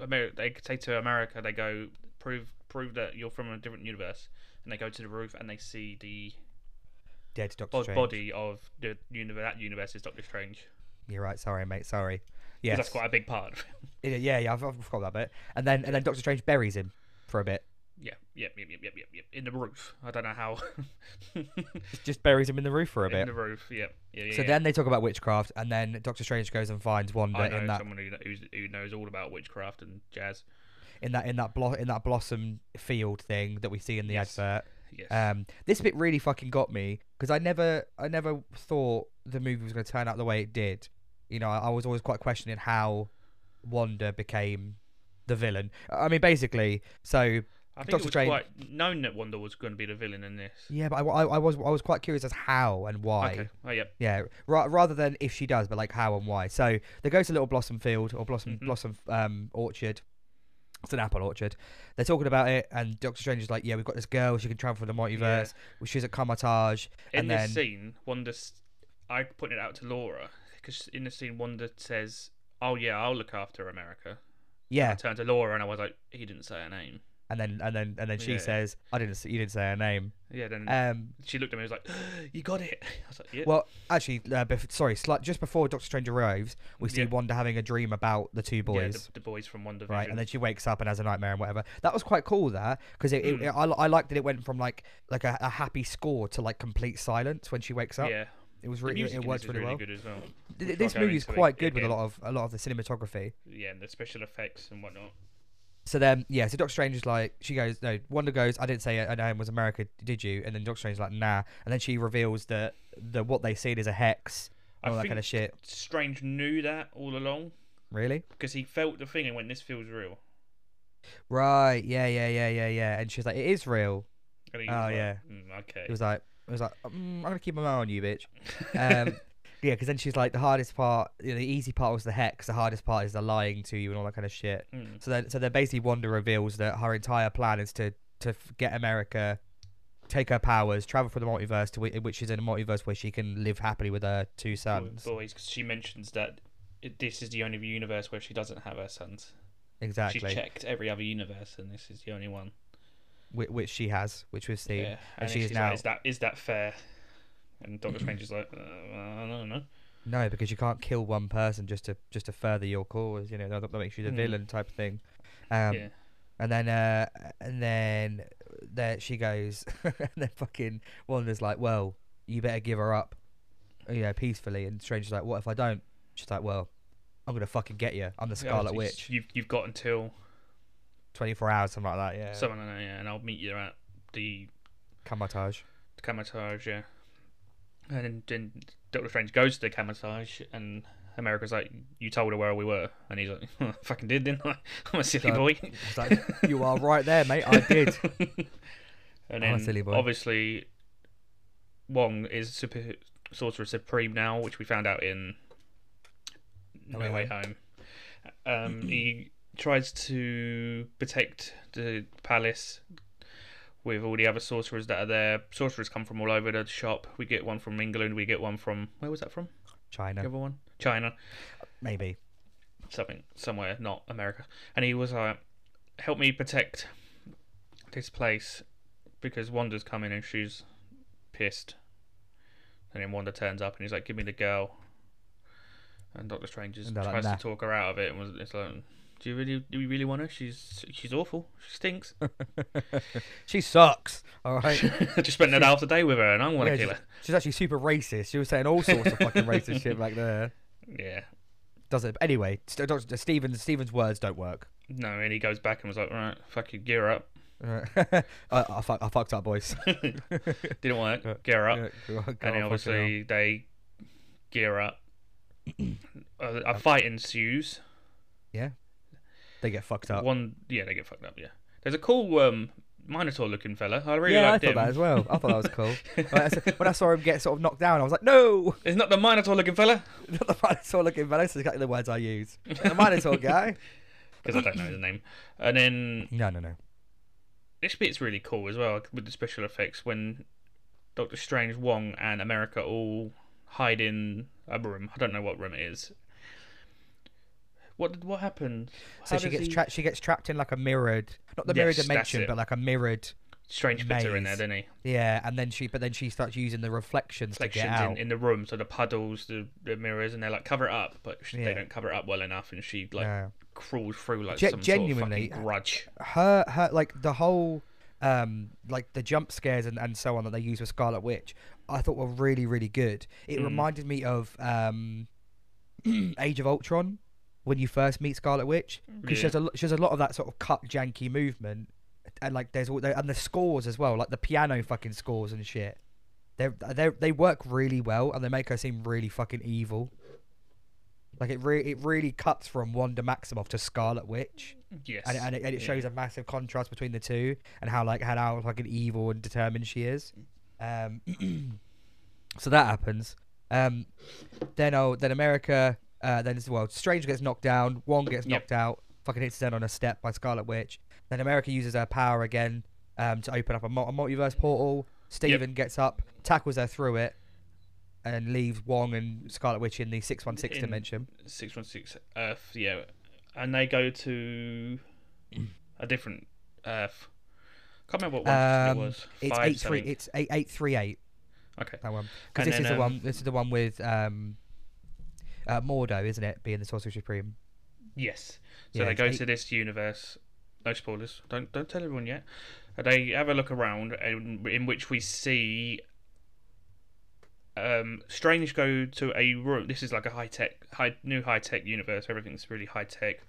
S1: America, they say to America, they go prove prove that you're from a different universe, and they go to the roof and they see the
S2: Dead Doctor
S1: bod-
S2: Strange.
S1: body of the universe. That universe is Doctor Strange.
S2: You're right. Sorry, mate. Sorry.
S1: 'Cause
S2: Yes.
S1: that's quite a big part. of it.
S2: Yeah, yeah, yeah. I've, I've forgot that bit. And then and then Doctor Strange buries him for a bit.
S1: yeah, yep, yep, yep, yep, yep, yep. In the roof. I don't know how.
S2: Just buries him in the roof for a
S1: In
S2: bit.
S1: the roof. Yep. Yeah, yeah.
S2: So
S1: yeah.
S2: then they talk about witchcraft, and then Doctor Strange goes and finds Wanda
S1: I know
S2: in that
S1: someone who, who's, who knows all about witchcraft and jazz.
S2: in that in that blo- in that blossom field thing that we see in the
S1: Yes.
S2: advert.
S1: Yes.
S2: Um, this bit really fucking got me because I never I never thought the movie was going to turn out the way it did. You know, I, I was always quite questioning how Wanda became the villain. I mean, basically, so
S1: I think it
S2: Doctor
S1: was
S2: Strange-
S1: quite known that Wanda was going to be the villain in this.
S2: yeah, but I, I, I was I was quite curious as how and why.
S1: Okay. Oh, yep.
S2: Yeah, ra- rather than if she does, but like how and why. So they go to Little Blossom Field or Blossom
S1: Mhm.
S2: Blossom um, Orchard. It's an apple orchard. They're talking about it, and Doctor Strange is like, "Yeah, we've got this girl. She can travel from the multiverse. Well, She's at Kamatage."
S1: in
S2: and
S1: this
S2: then
S1: scene, Wanda, s- I pointed it out to Laura because in the scene, Wanda says, "Oh yeah, I'll look after America." I
S2: yeah,
S1: turned to Laura and I was like, "He didn't say her name."
S2: and then and then and then she
S1: Yeah. Mm.
S2: says, "I didn't. s- You didn't say her name."
S1: Yeah, then
S2: Um,
S1: she looked at me and was like, "You got it." I was like, "Yeah."
S2: Well, actually, uh, bef- sorry, sli- just before Doctor Strange arrives, we see
S1: Yeah.
S2: Wanda having a dream about the two
S1: yeah,
S2: boys.
S1: the, the boys from Wanda
S2: right?
S1: Vision.
S2: And then she wakes up and has a nightmare and whatever. That was quite cool, that because it, it,
S1: Mm.
S2: I, I liked that it went from like like a, a happy score to like complete silence when she wakes up.
S1: yeah,
S2: It was
S1: the
S2: really
S1: music
S2: it
S1: in
S2: worked
S1: this
S2: really,
S1: is
S2: well.
S1: really good as well.
S2: Th-
S1: which
S2: This
S1: I'll go
S2: movie's
S1: into
S2: quite
S1: it
S2: good with a
S1: again.
S2: lot of a lot of the cinematography.
S1: Yeah, and the special effects and whatnot.
S2: So then, yeah, so Doctor Strange is like, she goes, no, Wanda goes, I didn't say her name was America, did you? And then Doctor Strange's like, nah. And then she reveals that the what they seen is a hex, all that kind of shit.
S1: Strange knew that all along
S2: Really?
S1: because he felt the thing and went, "This feels real."
S2: Right? Yeah, yeah, yeah, yeah, yeah. And she was like, "It is real."
S1: And he
S2: Oh,
S1: was like,
S2: yeah.
S1: "Mm, okay.
S2: It was like, it was like, mm, I'm gonna keep my eye on you, bitch. Um, yeah, because then she's like, the hardest part, you know, the easy part was the hex. The hardest part is the lying to you and all that kind of shit.
S1: Mm.
S2: So then, so then basically, Wanda reveals that her entire plan is to to f- get America, take her powers, travel through the multiverse to whi- which is in a multiverse where she can live happily with her two sons.
S1: boys, 'cause she mentions that it- this is the only universe where she doesn't have her sons. She's
S2: Exactly,
S1: checked every other universe, and this is the only one.
S2: Whi which she has, which we've seen.
S1: Yeah, and
S2: she
S1: she's
S2: is now-
S1: like, "Is that is that fair?" And Doctor Strange is like, uh, "I don't know."
S2: No, because you can't kill one person just to just to further your cause. You know that, that makes you the
S1: Mm.
S2: villain type of thing. Um,
S1: yeah,
S2: And then, uh, and then there she goes, and then fucking Wanda's like, "Well, you better give her up, you know, peacefully." And Strange is like, "What if I don't?" She's like, "Well, I'm gonna fucking get you. I'm the Scarlet
S1: Yeah, it's-
S2: Witch.
S1: You've you've got until
S2: 24 hours, something like that. Yeah.
S1: someone I know, yeah, and I'll meet you at the
S2: Kamatage.
S1: Kamatage, yeah. And then, then Doctor Strange goes to the Kamatage, and America's like, "You told her where we were," and he's like, "I "Fucking did, didn't I? I'm a silly
S2: So-
S1: boy."
S2: It's like, you are right there, mate. I did.
S1: and
S2: I'm a
S1: then
S2: silly boy.
S1: obviously, Wong is super sorcerer supreme now, which we found out in No
S2: Way
S1: Way, Home. Um, he tries to protect the palace with all the other sorcerers that are there. Sorcerers come from all over the shop. We get one from England. We get one from where was that from?
S2: China,
S1: The other one, China
S2: maybe.
S1: something somewhere, not America. And he was like, "Help me protect this place because Wanda's coming and she's pissed." And then Wanda turns up and he's like, "Give me the girl." And Doctor Strange just
S2: And they're
S1: tries
S2: like,
S1: to
S2: "Nah."
S1: talk her out of it, and was it's like, "Do you really, do you really want her? She's she's awful. She stinks.
S2: she sucks. All right.
S1: I just spent an hour of the day with her, and I want
S2: Yeah,
S1: to kill her."
S2: She's actually super racist. She was saying all sorts of fucking racist shit back there.
S1: Yeah.
S2: Does it? Anyway, St- Dr. Stephen's Stephen's words don't work.
S1: No, and he goes back and was like, "Right, fucking gear up.
S2: Right. I, I, fuck, I fucked up, boys.
S1: Didn't
S2: Yeah,
S1: work. Gear up."
S2: Yeah, go on, go
S1: and then
S2: on, fucking hell.
S1: obviously they gear up. a, a fight ensues.
S2: they get fucked up.
S1: One, yeah, they get fucked up. Yeah, there's a cool um, Minotaur-looking fella. I really
S2: yeah, I
S1: liked
S2: thought
S1: him.
S2: that as well. I thought that was cool. When I s- when I saw him get sort of knocked down, I was like, no,
S1: It's not the Minotaur-looking fella
S2: not the Minotaur looking fellow. That's exactly the words I use. The Minotaur guy.
S1: because I don't know his name. And then
S2: No, no, no.
S1: this bit's really cool as well with the special effects when Doctor Strange, Wong, and America all hide in a room. I don't know what room it is. What did what happened?
S2: So
S1: How
S2: she
S1: does
S2: gets
S1: he-
S2: trapped. She gets trapped in like a mirrored, not the mirror
S1: Yes, that's
S2: dimension,
S1: it.
S2: but like a mirrored.
S1: Strange puts her in there,
S2: maze.
S1: didn't he?
S2: Yeah, and then she, but then she starts using the reflections, to
S1: reflections
S2: get out.
S1: in, in the room, so the puddles, the, the mirrors, and they're like cover it up, but sh
S2: Yeah.
S1: they don't cover it up well enough, and she like
S2: Yeah.
S1: crawls through like
S2: Ge-
S1: some
S2: genuinely-
S1: sort of fucking grudge.
S2: her her like the whole um like the jump scares and, and so on that they use with Scarlet Witch I thought were really really good. It
S1: Mm.
S2: reminded me of um Age of Ultron when you first meet Scarlet Witch because she
S1: Yeah.
S2: has a lo- she has a lot of that sort of cut janky movement and like there's all the, and the scores as well like the piano fucking scores and shit. They they they work really well and they make her seem really fucking evil. Like it re- it really cuts from Wanda Maximoff to Scarlet Witch
S1: Yes,
S2: and, and it, and it
S1: Yeah.
S2: shows a massive contrast between the two and how like how now fucking evil and determined she is. Um, so that happens. Um, then oh, then America, uh, then as well, Strange gets knocked down. Wong gets
S1: Yep.
S2: knocked out. Fucking hits then on a step by Scarlet Witch. Then America uses her power again um, to open up a, mul- a multiverse portal. Steven gets up, tackles her through it, and leaves Wong and Scarlet Witch in the six one six
S1: In-
S2: dimension.
S1: six one six Earth, yeah, and they go to a different Earth. Can't remember what one
S2: Um,
S1: it was.
S2: It's
S1: Five
S2: eight three.
S1: something.
S2: It's eight eight three eight.
S1: Okay,
S2: that one
S1: And
S2: because this
S1: then,
S2: is the
S1: um,
S2: one. This is the one with um, uh, Mordo, isn't it? Being the Sorcerer Supreme.
S1: yes. So
S2: Yeah,
S1: they
S2: it's
S1: go
S2: eight-
S1: to this universe. No spoilers. Don't don't tell everyone yet. And They have a look around, and in which we see um, Strange go to a room. This is like a high tech, high new high tech universe. Everything's really high tech.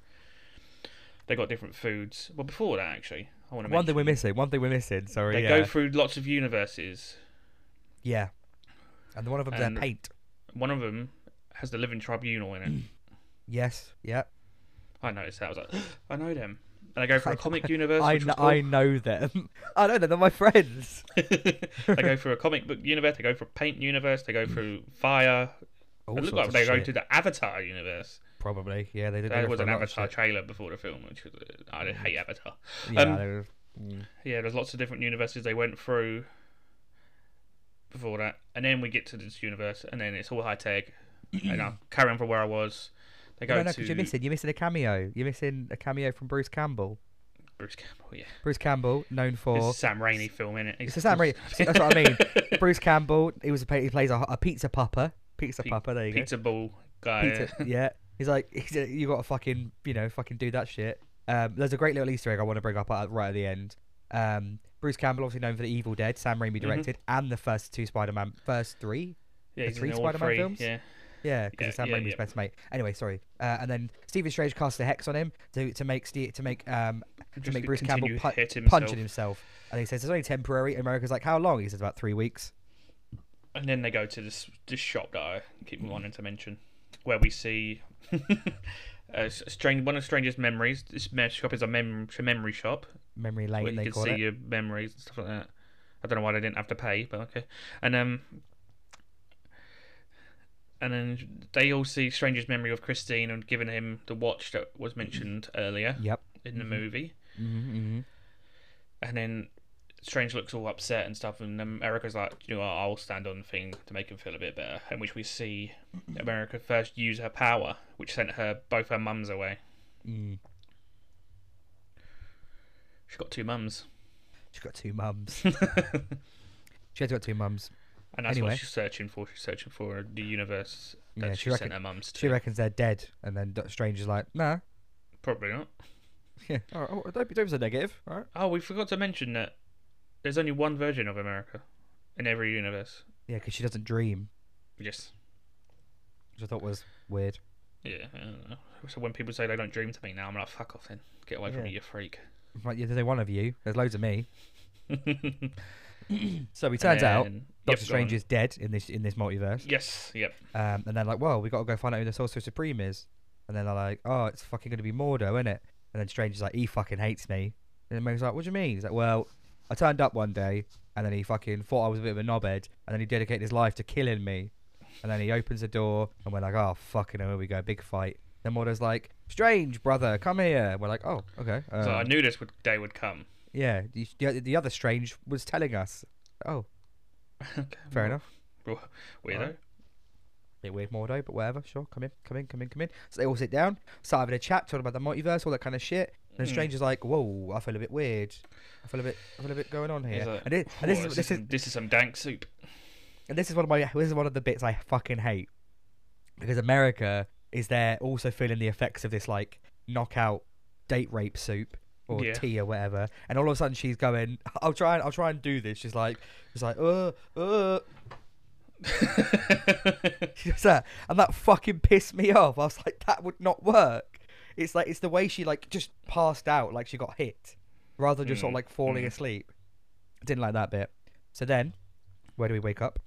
S1: They got different foods. Well, before that, actually, I want to
S2: One
S1: mention
S2: thing we're missing. One thing we're missing. Sorry.
S1: they
S2: yeah.
S1: go through lots of universes.
S2: yeah. And the one of them's their
S1: And-
S2: paint.
S1: One of them has the Living Tribunal in it.
S2: Yes. Yeah.
S1: I noticed that. I was like, I know them. And I go for a comic universe.
S2: I,
S1: which
S2: kn-
S1: was
S2: I
S1: cool.
S2: know them. I know them. They're my friends.
S1: they go through a comic book universe. They go for a paint universe. They go through fire.
S2: Mm. All
S1: It looked
S2: sorts
S1: like
S2: of
S1: they go
S2: shit.
S1: to the Avatar universe.
S2: Probably. Yeah. They did. they
S1: There
S2: did
S1: was
S2: for
S1: an
S2: a lot of
S1: Avatar
S2: shit. Mm.
S1: trailer before the film, which was, uh, I did hate Avatar.
S2: Yeah.
S1: um,
S2: they were-
S1: Yeah, there's lots of different universes they went through before that, and then we get to this universe, and then it's all high tech. and I'm carrying from where I was. They go
S2: No, no,
S1: to
S2: because you're missing. You're missing a cameo. You're missing a cameo from Bruce Campbell.
S1: Bruce Campbell. Yeah,
S2: Bruce Campbell, known
S1: it's
S2: for
S1: a Sam Raimi film, innit?
S2: It's a Sam Raimi. so That's what I mean. Bruce Campbell. He was a, pa- he plays a, a pizza pupper. Pizza
S1: Pe-
S2: pupper. There you
S1: Pizza Ball guy.
S2: go. Pizza. Yeah. He's like, he's a, you got to fucking, you know, fucking do that shit. Um, there's a great little Easter egg I want to bring up at, right at the end. Um, Bruce Campbell, obviously known for The Evil Dead, Sam Raimi
S1: Mm-hmm.
S2: directed, and the first two Spider-Man, first three.
S1: Yeah,
S2: The
S1: he's in
S2: three
S1: all
S2: Spider-Man
S1: three,
S2: films?
S1: Yeah,
S2: Yeah, because
S1: Yeah,
S2: Sam
S1: yeah,
S2: Raimi's
S1: yeah.
S2: best mate. Anyway, sorry. Uh, and then Stephen Strange cast a hex on him to to make Ste- to make um to
S1: Just
S2: make
S1: to
S2: Bruce Campbell
S1: continue
S2: pu-
S1: hit himself.
S2: punching himself. And he says it's only temporary. America's like, how long? He says about three weeks.
S1: and then they go to this this shop that I keep wanting to mention, where we see a s- strange one of the strangest memories. This me- shop is a, mem- it's a memory shop
S2: Memory
S1: where
S2: lane,
S1: you
S2: they
S1: can
S2: call
S1: see
S2: it.
S1: your memories and stuff like that. I don't know why they didn't have to pay, but okay. And um, and then they all see strangest memory of Christine and giving him the watch that was mentioned earlier
S2: Yep.
S1: in the movie.
S2: Mm-hmm.
S1: And then Strange looks all upset and stuff, and America's like, you know, what, I'll stand on the thing to make him feel a bit better. In which we see America first use her power, which sent her both her mums away.
S2: Mm.
S1: She's got two mums,
S2: She's got two mums.
S1: and
S2: She has got two mums.
S1: that's
S2: Anyway.
S1: what she's searching for. She's searching for the universe that
S2: Yeah,
S1: she,
S2: she reckon-
S1: sent her mums to.
S2: She reckons they're dead, and then Doctor Strange is like, nah.
S1: Probably not.
S2: Yeah. All right. Oh, don't be don't be so negative. All right.
S1: Oh, we forgot to mention that there's only one version of America in every universe.
S2: Yeah, because she doesn't dream,
S1: Yes.
S2: which I thought was weird.
S1: Yeah. I don't know. So when people say they don't dream to me now, I'm like, fuck off then. Get away from
S2: Yeah.
S1: me, you freak.
S2: Right, yeah, there's only one of you. There's loads of me. So we turns out
S1: And-
S2: Doctor
S1: yep, go
S2: Strange
S1: on.
S2: is dead in this in this multiverse.
S1: Yes. Yep.
S2: Um, and then like, well, we got to go find out who the Sorcerer Supreme is. And then they're like, oh, it's fucking gonna be Mordo, isn't it? And then Strange is like, he fucking hates me. And then Meg's like, what do you mean? He's like, well, I turned up one day, and then he fucking thought I was a bit of a knobhead, and then he dedicated his life to killing me. And then he opens the door, and we're like, oh, fucking hell, here we go, big fight. Then Mordo's like, Strange, brother, come here. And we're like, oh, okay.
S1: So I
S2: um,
S1: knew this would, day would come.
S2: yeah, the, the- the other Strange was telling us. Oh,
S1: Okay,
S2: fair
S1: well,
S2: enough.
S1: Weirdo.
S2: Alright. bit weird Mordo, but whatever, sure, come in, come in, come in, come in. So they all sit down, start having a chat, talking about the multiverse, all that kind of shit. And the
S1: Mm.
S2: stranger's like, Whoa, I feel a bit weird. I feel a bit I feel a bit going on
S1: He's
S2: here.
S1: like,
S2: and, thi- and
S1: "Whoa,
S2: this, is, this is
S1: some- this is some dank soup.
S2: and this is one of my this is one of the bits I fucking hate. Because America is there also feeling the effects of this like knockout date rape soup or
S1: Yeah.
S2: tea or whatever. And all of a sudden she's going, I'll try and I'll try and do this. She's like she's like, uh, uh She does that, and that fucking pissed me off. I was like, that would not work. It's like it's the way she like just passed out, like she got hit, rather than just sort of
S1: Mm,
S2: like falling
S1: mm.
S2: asleep. Didn't like that bit. So then, where do we wake up?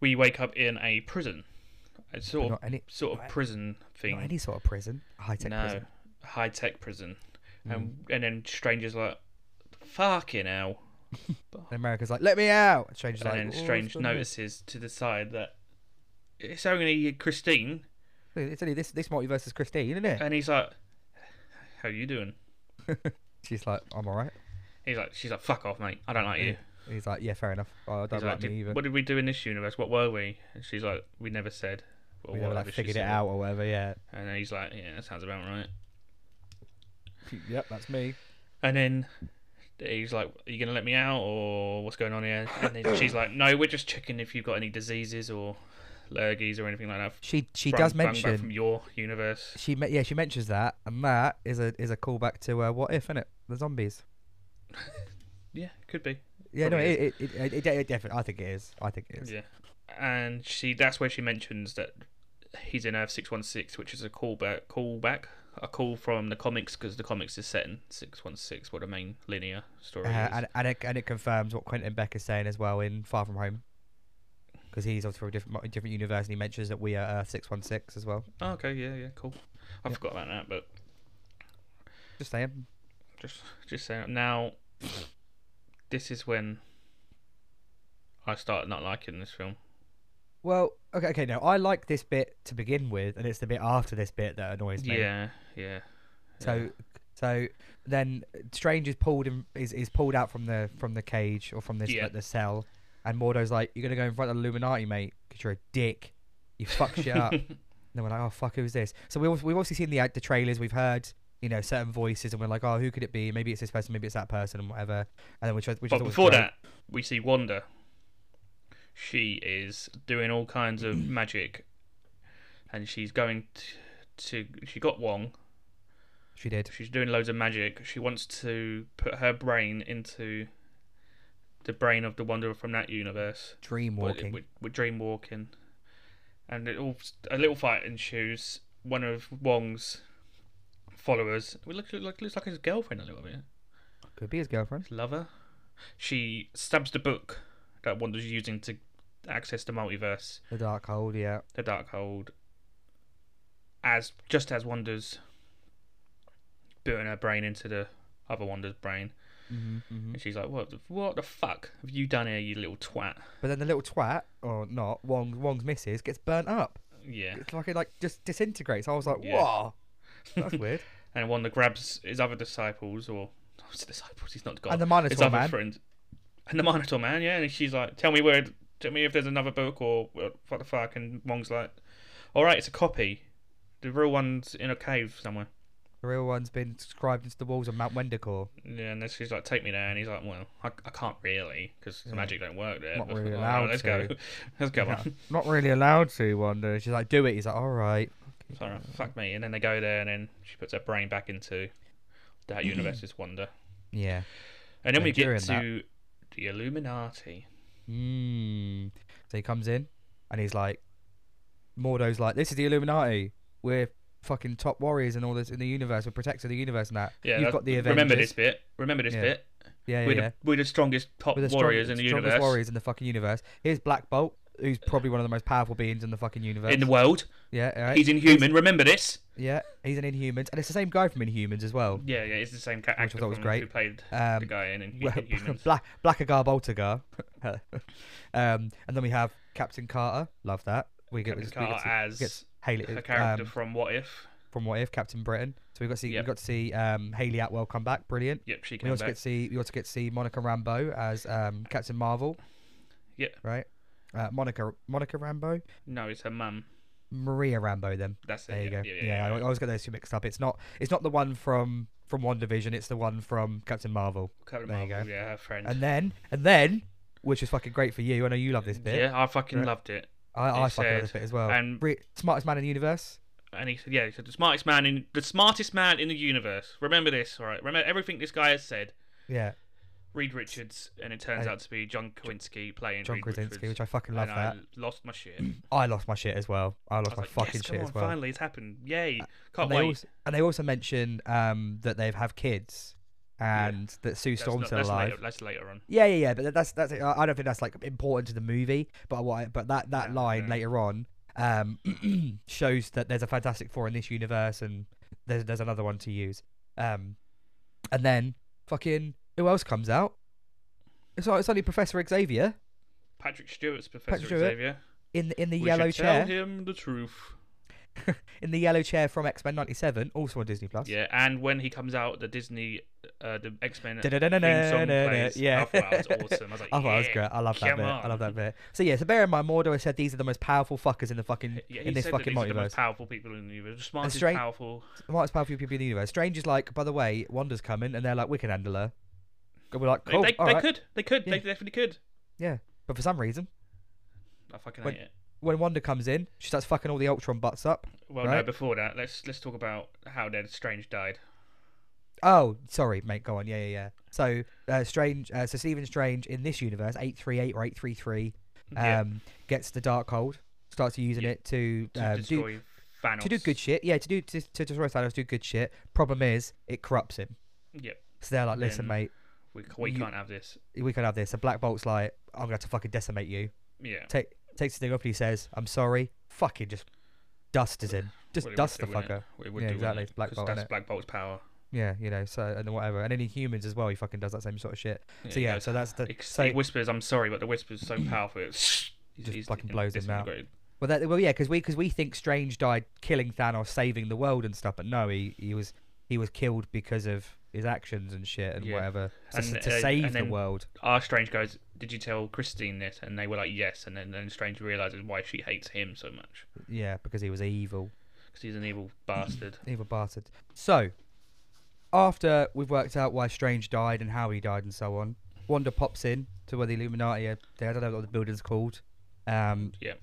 S1: we wake up in a prison. It's sort of
S2: Not any,
S1: sort of prison thing.
S2: not any sort of prison, high tech
S1: no,
S2: prison. Hmm.
S1: high tech prison. And and then strangers like, fucking hell.
S2: And America's like, let me out. And Strange is
S1: and
S2: like,
S1: then
S2: "Oh,
S1: Strange
S2: it's only this-
S1: notices to the side that it's only Christine,
S2: It's only this this multiverse is Christine, isn't it?
S1: and he's like, "How you doing?"
S2: She's like, I'm alright.
S1: He's like, "She's like, fuck off, mate. I don't like you."
S2: And he's like, yeah, fair enough. Oh, I don't
S1: He's
S2: like,
S1: like, "Did-
S2: me either.
S1: What did we do in this universe? What were we? And she's like, we never said. Or
S2: We never like
S1: whatever she
S2: figured it
S1: said.
S2: out or whatever. Yeah.
S1: And then he's like, yeah, that sounds about right.
S2: yep, that's me.
S1: And then he's like, are you going to let me out or what's going on here? And then she's like, no, we're just checking if you've got any diseases or allergies or anything like that.
S2: She she
S1: from-
S2: does
S1: from-
S2: mention
S1: From your universe.
S2: She me- yeah, she mentions that, and that is a is a callback to uh, what if, isn't it? The zombies.
S1: Yeah, could be.
S2: Yeah, no,
S1: Probably
S2: it it, it, it, it definitely. I think it is. I think it is.
S1: Yeah. And she that's where she mentions that he's in Earth 616, which is a callback, callback a call from the comics because the comics is set in 616, what the main linear story
S2: Uh,
S1: is.
S2: and and it, and it confirms what Quentin Beck is saying as well in Far From Home. because he's obviously from a different, a different universe, and he mentions that we are uh, six one six as well.
S1: Oh, okay, yeah, yeah, cool. I forgot about that, but
S2: Just saying.
S1: just just saying. Now, this is when I started not liking this film.
S2: Well, okay, okay. No, I like this bit to begin with, and it's the bit after this bit that annoys me.
S1: Yeah, yeah.
S2: So, so then Strange is pulled in, is is pulled out from the from the cage or from this
S1: Yeah.
S2: the cell, and Mordo's like, "You're gonna go in front of the Illuminati, mate, because you're a dick. You fuck shit up." and then we're like, "Oh fuck, who's this?" So we al- we've obviously seen the act- the trailers, we've heard you know certain voices, and we're like, "Oh, who could it be? Maybe it's this person, maybe it's that person, and whatever." And then we try. Which
S1: But before that, we see Wanda. She is doing all kinds of
S2: Mm.
S1: magic, and she's going t- to. She got Wong.
S2: she did.
S1: She's doing loads of magic. She wants to put her brain into the brain of the Wanderer from that universe.
S2: Dream
S1: but
S2: walking.
S1: With, with dream walking, and it all a little fight ensues. One of Wong's followers, it looks like looks like his girlfriend a little bit,
S2: Could be his girlfriend.
S1: his lover. She stabs the book that Wanda's using to access the multiverse,
S2: The dark hold. Yeah.
S1: the Darkhold. As just as Wanda's booting her brain into the other Wanda's brain,
S2: hmm hmm
S1: and she's like, "What? The, what the fuck have you done here, you little twat?"
S2: But then the little twat, or not, Wong Wong's missus gets burnt up.
S1: Yeah.
S2: It's like it like just disintegrates. I was like,
S1: Yeah.
S2: whoa, that's weird.
S1: and one that grabs his other disciples or not his disciples he's not God
S2: And the
S1: his
S2: Minotaur
S1: other
S2: man.
S1: friend and the Minotaur man yeah and she's like tell me where tell me if there's another book or uh, what the fuck and Wong's like alright it's a copy the real one's in a cave somewhere
S2: The real one's been scribed into the walls of Mount Wendicore.
S1: yeah, and then she's like take me there and he's like well I, I can't really because the magic don't work there
S2: Not
S1: But,
S2: really
S1: "All
S2: allowed
S1: let's
S2: to."
S1: go let's go on
S2: Not really allowed to. Wonder. She's like, do it. He's like, all right.
S1: it's alright fuck me and then they go there and then she puts her brain back into that universe's wonder
S2: Yeah.
S1: and then
S2: And
S1: we get
S2: during
S1: to
S2: that-
S1: the Illuminati
S2: Mm. So he comes in, and he's like, Mordo's like, this is the Illuminati. We're fucking top warriors and all this in the universe. We're protectors of the universe and that.
S1: Yeah,
S2: You've
S1: that-
S2: got the Avengers.
S1: remember this bit. Remember this
S2: Yeah.
S1: bit.
S2: Yeah, yeah.
S1: we're,
S2: yeah.
S1: The, we're the strongest top
S2: We're the
S1: warriors
S2: strongest,
S1: in the
S2: strongest
S1: universe,
S2: warriors in the fucking universe. Here's Black Bolt, who's probably one of the most powerful beings in the fucking universe.
S1: in the world.
S2: yeah, all right.
S1: He's Inhuman. Remember this?
S2: Yeah, he's an Inhumans, and it's the same guy from Inhumans as well.
S1: Yeah, yeah. It's the same ca- actor
S2: thought was
S1: from-
S2: great.
S1: who played the
S2: Um,
S1: guy in Inhu-
S2: Bla-
S1: Inhumans.
S2: Bla- Blackagar Boltagar, um, and then we have Captain Carter. Love that. We get, we
S1: Captain
S2: get to-
S1: Carter as
S2: gets Haley
S1: a character
S2: um,
S1: from What If.
S2: from What If Captain Britain. So we got to see
S1: Yep.
S2: we got to see um, Haley Atwell come back. Brilliant.
S1: Yep, she
S2: we
S1: came
S2: also
S1: back.
S2: get to see we also get to see Monica Rambo as um, Captain Marvel.
S1: Yep.
S2: Right. Uh, Monica Monica Rambo,
S1: No, it's her mum.
S2: Maria Rambo. Then
S1: That's it.
S2: there you
S1: yeah,
S2: go.
S1: Yeah,
S2: Yeah,
S1: yeah, yeah,
S2: I always get those two mixed up. It's not it's not the one from from One Division. It's the one from Captain Marvel.
S1: Captain
S2: there you
S1: Marvel,
S2: go.
S1: Yeah, her friend.
S2: And then, and then, which is fucking great for you. I know you love this bit.
S1: yeah, I fucking
S2: Right.
S1: loved it.
S2: I, I
S1: It
S2: fucking love
S1: said,
S2: this bit as well.
S1: and-
S2: Re- smartest man in the universe.
S1: And he said, "Yeah, he said the smartest man in the smartest man in the universe. Remember this, all right? Remember everything this guy has said."
S2: Yeah,
S1: Reed Richards, and it turns
S2: Uh,
S1: out to be John Kowinski playing
S2: John
S1: Reed
S2: Krasinski,
S1: Richards.
S2: which I fucking love.
S1: and
S2: That
S1: I lost my shit.
S2: I lost my shit as well. I
S1: I
S2: lost
S1: was
S2: my
S1: like,
S2: fucking
S1: yes, come
S2: shit
S1: on,
S2: as well. Uh,
S1: Finally, it's happened. Yay! Can't
S2: And they,
S1: wait.
S2: also, and they also mention um, that they have kids and that Sue
S1: That's
S2: Storm's
S1: not-
S2: still
S1: that's
S2: alive.
S1: Later, that's later on.
S2: Yeah, yeah, yeah. But that's that's. I I don't think that's like important to the movie. But what? I, but that that
S1: No,
S2: line
S1: no.
S2: later on um, shows that there's a Fantastic Four in this universe, and there's there's another one to use. Um, and then fucking who else comes out? It's, o- it's only Professor Xavier
S1: Patrick Stewart's Professor
S2: Stewart,
S1: Xavier.
S2: in the in the
S1: we
S2: yellow
S1: should
S2: chair
S1: Tell him the truth.
S2: in the yellow chair from X Men '97, also on Disney Plus.
S1: Yeah, and when he comes out, the Disney, uh, the X Men theme song
S2: Da-da-da-da-da-da.
S1: plays.
S2: Yeah,
S1: I thought that was awesome. I was like,
S2: I thought
S1: yeah,
S2: that was great. I love that
S1: come
S2: bit.
S1: On.
S2: I love that bit. So yeah, so bear in mind, Mordor said these are the most powerful fuckers in the fucking
S1: Yeah, he
S2: in this
S1: said that
S2: fucking
S1: these are the
S2: multiverse.
S1: most powerful people in the universe, the smartest,
S2: straight-
S1: powerful.
S2: the smartest powerful people in the universe. Strange is like, by the way, Wanda's coming, and they're like, we can handle her. And we're like,
S1: They-
S2: cool,
S1: they,
S2: all
S1: they
S2: right.
S1: could, they could,
S2: Yeah.
S1: they definitely could.
S2: But for some reason,
S1: I fucking
S2: When-
S1: hate it.
S2: when Wanda comes in, she starts fucking all the Ultron butts up.
S1: Well, no,
S2: right.
S1: before that, let's let's talk about how Ned Strange died.
S2: Oh, sorry, mate. Go on. Yeah, yeah, yeah. So uh, Strange, uh, so Stephen Strange in this universe, eight three eight or eight three three, um,
S1: Yeah.
S2: gets the dark hold, starts using
S1: Yeah.
S2: it to,
S1: to
S2: um, do
S1: destroy Thanos.
S2: to do good shit. Yeah, to do to, to destroy Thanos, do good shit. Problem is, it corrupts him.
S1: Yep.
S2: So they're like, listen,
S1: Then-
S2: mate,
S1: We, we
S2: You-
S1: can't have this.
S2: we can have this. So Black Bolt's like, I'm gonna have to fucking decimate you.
S1: Yeah.
S2: Take takes the thing off and he says, "I'm sorry." Fucking just dust is in. Just
S1: Well, it would
S2: dust
S1: do,
S2: the
S1: wouldn't
S2: fucker.
S1: It, it would
S2: Yeah,
S1: do,
S2: exactly,
S1: wouldn't it?
S2: Black
S1: 'Cause
S2: Bolt,
S1: That's
S2: innit?
S1: Black Bolt's power.
S2: Yeah, you know. So and then whatever, and any humans as well. He fucking does that same sort of shit. so yeah,
S1: it
S2: so that's the
S1: It,
S2: so
S1: it whispers, "I'm sorry," but the whisper's so powerful. It
S2: Just fucking blows him out.
S1: disintegrated.
S2: Well, that, well, yeah, because we because we think Strange died killing Thanos, saving the world and stuff, but no, he, he was he was killed because of his actions and shit and
S1: Yeah.
S2: whatever to,
S1: And,
S2: to
S1: uh,
S2: save
S1: and
S2: the
S1: then-
S2: world.
S1: Our Strange goes, "Did you tell Christine this?" And they were like, "Yes." And then, then Strange realizes why she hates him so much
S2: Yeah, because he was evil,
S1: because he's an evil bastard.
S2: evil bastard. So, after we've worked out why Strange died and how he died and so on, Wanda pops in to where the Illuminati are. There, I don't know what the building's called, um,
S1: yeah,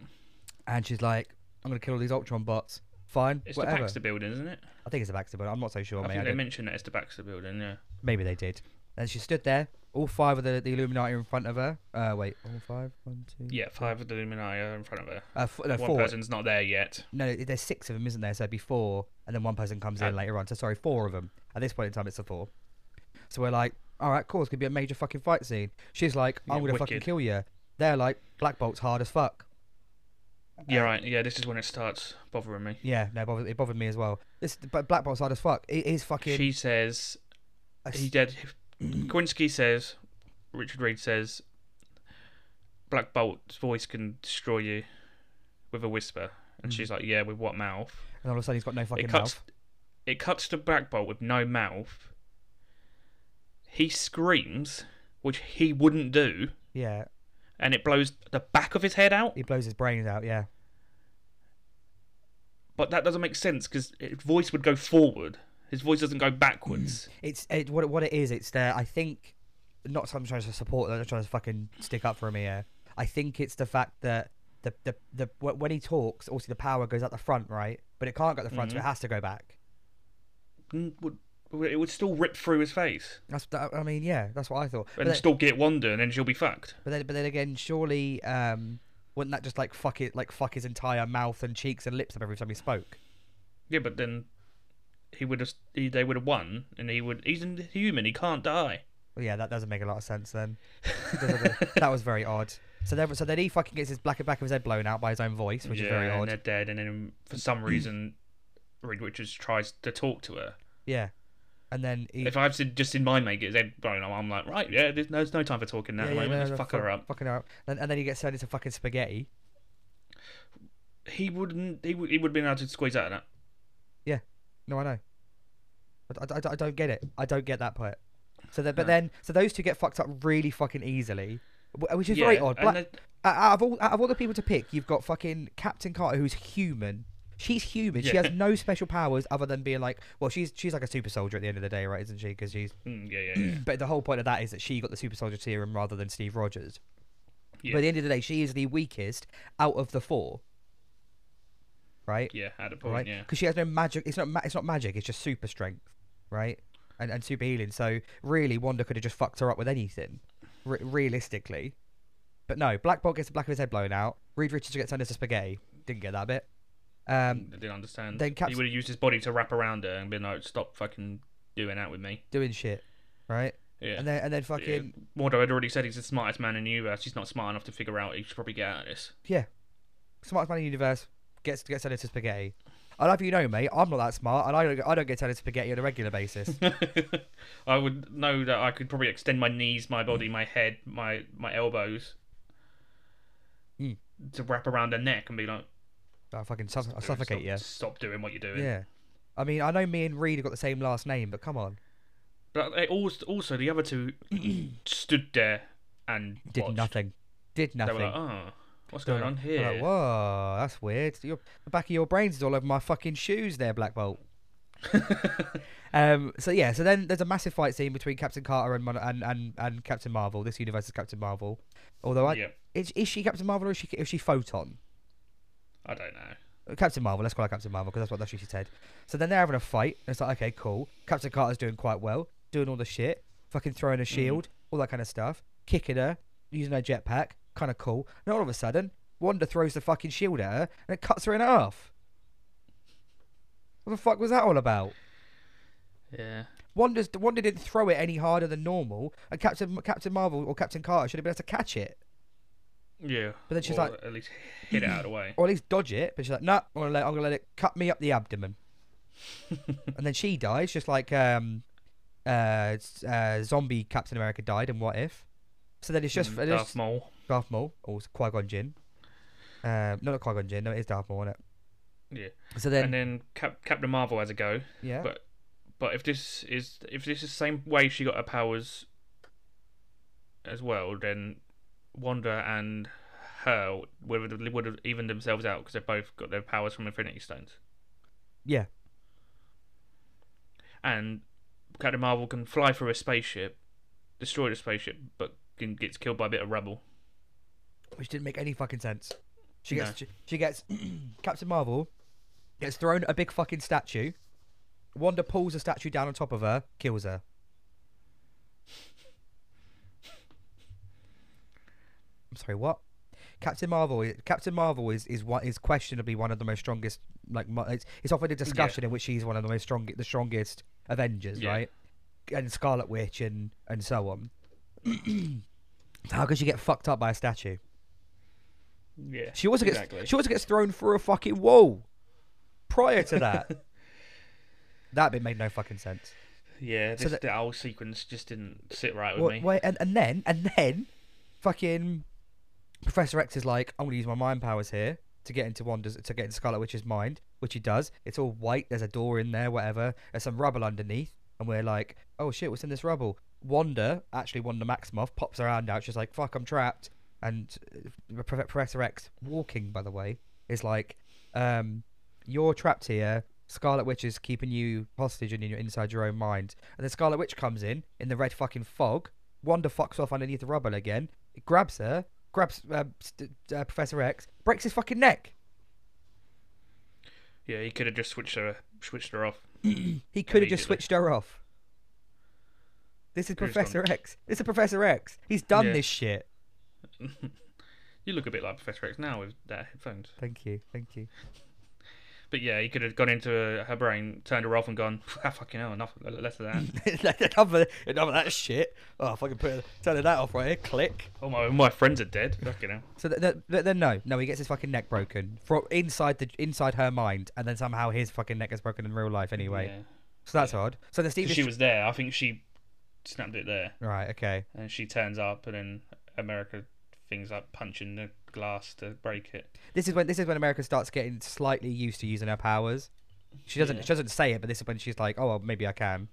S2: and she's like, "I'm gonna kill all these Ultron bots." Fine,
S1: it's the
S2: whatever.
S1: Baxter Building, isn't it?
S2: I think it's a Baxter, but I'm not so sure.
S1: I
S2: mate.
S1: think
S2: I
S1: they
S2: don't-
S1: mentioned that it's the Baxter Building. Yeah,
S2: Maybe they did. And she stood there. All five of the, the Illuminati are in front of her. Uh, wait, all five? One, two.
S1: yeah. Five of the Illuminati are in front of her.
S2: Uh, f- no,
S1: One
S2: four.
S1: person's not there yet.
S2: No, there's six of them, isn't there? So it'd be four, and then one person comes in
S1: Uh,
S2: later on. So sorry, four of them. At this point in time, it's the four. So we're like, all right, cool. It's gonna be a major fucking fight scene. She's like, I'm
S1: Yeah,
S2: gonna fucking
S1: wicked.
S2: kill you. They're like, Black Bolt's hard as fuck. Uh,
S1: Yeah, right. Yeah, this is when it starts bothering me.
S2: Yeah, no, it bothered, it bothered me as well. This, but Black Bolt's hard as fuck. It is fucking.
S1: She says
S2: a s- Hmm.
S1: he did. Kowinski says, Richard Reed says, Black Bolt's voice can destroy you with a whisper, and she's like, "Yeah, with what mouth?"
S2: and all of a sudden, he's got no Hmm. fucking
S1: it cuts.
S2: mouth.
S1: It cuts to Black Bolt with no mouth. He screams, which he wouldn't do,
S2: Yeah,
S1: and it blows the back of his head out.
S2: he blows his brains out. Yeah,
S1: But that doesn't make sense because his voice would go forward. His voice doesn't go backwards.
S2: It's it, what it- what it is. It's there. I think not. so I'm trying to support. I'm trying to fucking stick up for him here. I think it's the fact that the the, the wh- when he talks, obviously the power goes out the front, right? But it can't go out the front,
S1: Mm-hmm.
S2: so it has to go back. Hmm.
S1: Mm, would- It would still rip through his face
S2: That's that, I mean, yeah, that's what I thought. But
S1: and
S2: then,
S1: still get Wanda, and then she'll be fucked.
S2: but then, but then again, surely um, wouldn't that just like fuck it, like fuck his entire mouth and cheeks and lips up every time he spoke?
S1: Yeah, but then he would have. He, they would have won, and he would. He's a human. He can't die.
S2: Well, yeah, that doesn't make a lot of sense then. that was very odd. So then, so then he fucking gets his black back of his head blown out by his own voice, which
S1: yeah,
S2: is very
S1: and
S2: odd.
S1: they're dead. And then for some reason, Reed Richards tries to talk to her.
S2: Yeah, and then he,
S1: If I've said just in my make his head blown, off, I'm like, right, yeah, there's no, there's no time for talking now.
S2: Yeah,
S1: at the
S2: yeah,
S1: moment.
S2: no,
S1: Let's
S2: no,
S1: fuck
S2: fuck-
S1: her up.
S2: Fucking up. And, and then he gets turned into fucking spaghetti.
S1: He wouldn't. He would. He would have been able to squeeze out of that.
S2: No, I know. I, I- I- I don't get it. I don't get that part. So then, but then, so those two get fucked up really fucking easily, wh- which is very
S1: Yeah,
S2: odd.
S1: and
S2: Black,
S1: they-
S2: out out of all out of all the people to pick, you've got fucking Captain Carter, who's human. She's human. She
S1: Yeah.
S2: has no special powers other than being like, well, she's she's like a super soldier at the end of the day, right? Isn't she? Because she's.
S1: mm, yeah, yeah, yeah.
S2: But the whole point of that is that she got the super soldier serum rather than Steve Rogers. But
S1: Yeah.
S2: at the end of the day, she is the weakest out of the four. Right
S1: yeah, at a point,
S2: right?
S1: yeah.
S2: Because she has no magic. It's not. Ma- it's not magic. It's just super strength, right? And and super healing. So really, Wanda could have just fucked her up with anything, re- realistically. But no, Black Bolt gets the back of his head blown out. Reed Richards gets turned into spaghetti. Didn't get that bit. Um,
S1: I didn't understand.
S2: then Caps-
S1: He would have used his body to wrap around her and been like, "Stop fucking doing that with me."
S2: doing shit, right?
S1: Yeah.
S2: And then and then
S1: Yeah.
S2: fucking
S1: Mordo had already said he's the smartest man in the universe. He's not smart enough to figure out. He should probably get out of this.
S2: yeah, smartest man in the universe gets gets turned into spaghetti. I love you know, mate. I'm not that smart, and I don't I don't get turned into spaghetti on a regular basis.
S1: I would know that I could probably extend my knees, my body, my head, my my elbows
S2: Mm.
S1: to wrap around her neck and be like,
S2: I fucking suff- I
S1: "Dude,
S2: suffocate
S1: stop,
S2: you.
S1: Stop doing what you're doing.
S2: Yeah. I mean, I know me and Reed have got the same last name, but come on.
S1: But it also, also the other two stood there and
S2: Did
S1: watched.
S2: nothing. Did
S1: They
S2: nothing.
S1: were like, "Oh, what's
S2: They're
S1: going on
S2: like- they're
S1: here?"
S2: Like, Whoa, that's weird. Your, the back of your brains is all over my fucking shoes there, Black Bolt. um, so yeah, so then there's a massive fight scene between Captain Carter and Mon- and, and, and Captain Marvel. This universe is Captain Marvel. Although I,
S1: Yeah.
S2: is, is she Captain Marvel or is she is she Photon?
S1: I don't know.
S2: Captain Marvel, let's call her Captain Marvel because that's what that's what she said. So then they're having a fight. And it's like, okay, cool. Captain Carter's doing quite well, doing all the shit, fucking throwing a shield, all that kind of stuff, kicking her, using her jetpack, kind of cool. And all of a sudden, Wanda throws the fucking shield at her and it cuts her in half. What the fuck was that all about?
S1: Yeah.
S2: Wanda's, Wanda didn't throw it any harder than normal, and Captain Captain Marvel or Captain Carter should have been able to catch it.
S1: Yeah.
S2: But then she's
S1: or
S2: like-
S1: at least hit it out of the way.
S2: or at least dodge it. But she's like, no, I'm gonna let, I'm gonna let it cut me up the abdomen. and then she dies, just like um, uh, s- uh, zombie Captain America died in What If. So then it's just
S1: Mm,
S2: it's
S1: Darth
S2: just
S1: Maul.
S2: Darth Maul or Qui Gon Jinn. Um, no, not Qui Gon Jinn. No, it is Darth Maul, isn't it?
S1: Yeah.
S2: So then,
S1: and then Cap- Captain Marvel has a go.
S2: yeah,
S1: but- But if this is if this is the same way she got her powers as well, then Wanda and her would have, would have evened themselves out because they both got their powers from Infinity Stones.
S2: Yeah.
S1: And Captain Marvel can fly through a spaceship, destroy the spaceship, but can, gets killed by a bit of rubble.
S2: which didn't make any fucking sense. She gets
S1: No.
S2: she, she gets Captain Marvel gets thrown at a big fucking statue. Wanda pulls the statue down on top of her, kills her. I'm sorry, what? Captain Marvel. i- Captain Marvel is is one is questionably one of the most strongest. Like mo- it's it's often a discussion in which she's one of the most strong, the strongest Avengers,
S1: Yeah.
S2: right? And Scarlet Witch and and so on. How could she get fucked up by a statue?
S1: Yeah.
S2: She also gets
S1: Exactly.
S2: she also gets thrown through a fucking wall. Prior to that, that bit made no fucking sense.
S1: Yeah,
S2: So
S1: this,
S2: that-
S1: the whole sequence just didn't sit right with
S2: Well,
S1: me.
S2: wait, and, and then and then, fucking Professor X is like, I'm gonna use my mind powers here to get into Wanda's to get into Scarlet Witch's mind, which he does. It's all white. There's a door in there, whatever. There's some rubble underneath, and we're like, oh shit, what's in this rubble? Wanda, actually Wanda Maximoff, pops her hand out. She's like, fuck, I'm trapped. And uh, Prof- Professor X, walking by the way, is like, um, you're trapped here. Scarlet Witch is keeping you hostage and you're inside your own mind. And then Scarlet Witch comes in in the red fucking fog. Wanda fucks off underneath the rubble again. It grabs her, grabs uh, st- uh, Professor X, breaks his fucking neck.
S1: Yeah, he could have just switched her switched her off.
S2: He could have just
S1: Immediately.
S2: switched her off. This is
S1: Could've just
S2: Professor X. This is Professor X. He's done
S1: Yeah.
S2: this shit.
S1: You look a bit like Professor X now with that headphones.
S2: Thank you, thank you.
S1: But yeah, he could have gone into her, her brain, turned her off, and gone, "Ah, fucking hell, enough, less of that.
S2: enough, of, enough of that shit. Oh, fucking put it, turning that off right here. Click.
S1: All my, all my friends are dead. Fucking hell.
S2: So th- th- th- then no, no, he gets his fucking neck broken from inside the inside her mind, and then somehow his fucking neck is broken in real life anyway.
S1: Yeah.
S2: So that's odd. So then Steve
S1: 'Cause
S2: is
S1: She was there. I think she snapped it there,
S2: right. Okay.
S1: and she turns up, and then America things like punching the glass to break it.
S2: This is when this is when America starts getting slightly used to using her powers. She doesn't
S1: Yeah.
S2: she doesn't say it, but this is when she's like, oh well, maybe I can.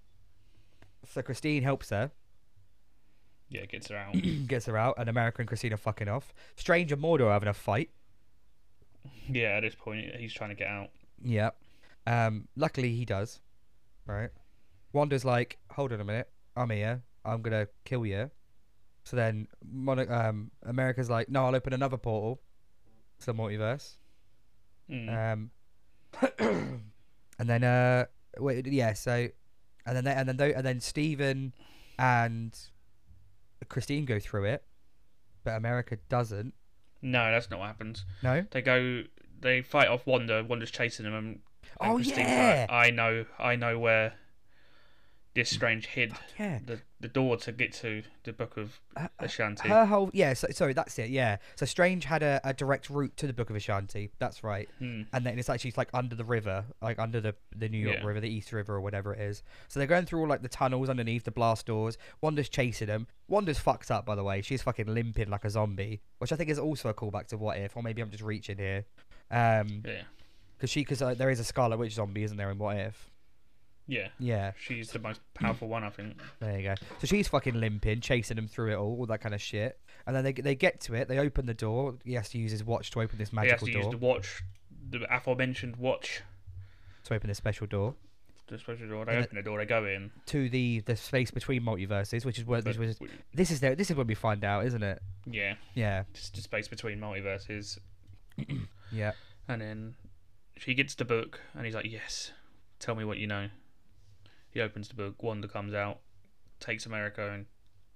S2: So Christine helps her,
S1: Yeah, gets her out.
S2: gets her out, and America and Christine are fucking off. Strange and Mordor are having a fight.
S1: yeah, at this point, he's trying to get out.
S2: Yeah. Um. Luckily, he does. Right. Wanda's like, hold on a minute. I'm here. I'm gonna kill you. So then, Mon- um, America's like, no, I'll open another portal to the multiverse.
S1: Mm.
S2: Um. and then, uh, wait, yeah. So, and then, they, and then, tho- and then, Stephen and Christine go through it, but America doesn't.
S1: no, that's not what happens.
S2: No.
S1: They go, they fight off Wanda. Wanda's chasing them, and And
S2: Oh
S1: Christine's
S2: yeah.
S1: like, I know, I know where this strange hid
S2: yeah.
S1: the, the door to get to the book of
S2: Uh, uh,
S1: Ashanti.
S2: Her whole yeah, so, sorry, that's it. Yeah, so Strange had a, a direct route to the Book of Ashanti. That's right,
S1: Hmm.
S2: and then it's actually it's like under the river, like under the the New York
S1: Yeah.
S2: River, the East River, or whatever it is. So they're going through all like the tunnels underneath the blast doors. Wanda's chasing them. Wanda's fucked up, by the way. She's fucking limping like a zombie, which I think is also a callback to What If, or maybe I'm just reaching here, um,
S1: Yeah,
S2: because she because uh, there is a Scarlet Witch zombie, isn't there? In What If?
S1: yeah.
S2: Yeah.
S1: She's the most
S2: Mm.
S1: powerful one, I think.
S2: There you go. So she's fucking limping, chasing him through it all, all that kind of shit. And then they they get to it. They open the door. He has to use his watch to open this
S1: He has
S2: magical
S1: to use
S2: door.
S1: the watch, the aforementioned watch.
S2: To open this special door
S1: The special door. They
S2: And
S1: open the door. They go in.
S2: to the the space between multiverses, which is where
S1: But
S2: this was.
S1: we-
S2: This is there. This is when we find out, isn't it?
S1: yeah,
S2: Yeah.
S1: just the space between multiverses,
S2: Yeah.
S1: and then she gets the book, and he's like, "Yes, tell me what you know." He opens the book. Wanda comes out, takes America, and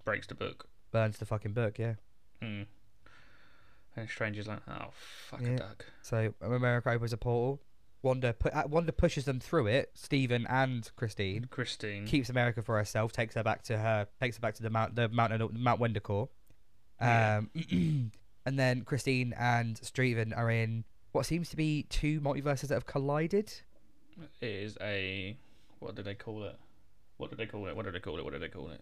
S1: breaks the book.
S2: Burns the fucking book. Yeah.
S1: Mm. And Stranger's like, oh, fuck
S2: Yeah.
S1: a duck.
S2: So America opens a portal. Wanda put uh, Wanda pushes them through it. Stephen and Christine
S1: Christine.
S2: keeps America for herself. Takes her back to her. Takes her back to the mount the mountain Mount Wendicore.
S1: Yeah.
S2: Um, And then Christine and Streven are in what seems to be two multiverses that have collided.
S1: It is a what do they call it? What do they call it? What do they call it? What do they call it?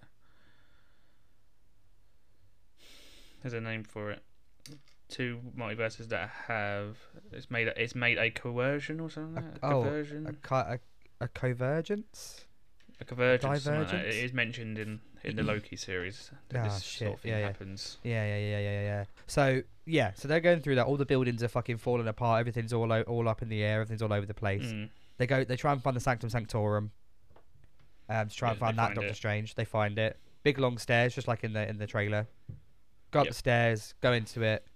S1: There's a name for it. Two multiverses that have it's made a, it's made a coercion or something. Like that? a
S2: oh,
S1: conversion.
S2: A, co- a, a convergence?
S1: a convergence. something like that.
S2: Divergence?
S1: It is mentioned in, in the Loki series that
S2: Ah,
S1: this sort
S2: shit,
S1: of thing
S2: yeah, yeah.
S1: happens.
S2: Yeah, yeah, yeah, yeah, yeah, yeah. So yeah, so they're going through that. All the buildings are fucking falling apart. Everything's all o- all up in the air. Everything's all over the place.
S1: Mm.
S2: They go. They try and find the Sanctum Sanctorum. Um, to try and
S1: Yeah, they
S2: find that
S1: find
S2: Doctor
S1: it.
S2: Strange. They find it. Big long stairs, just like in the in the trailer. Go up
S1: Yep.
S2: the stairs. Go into it.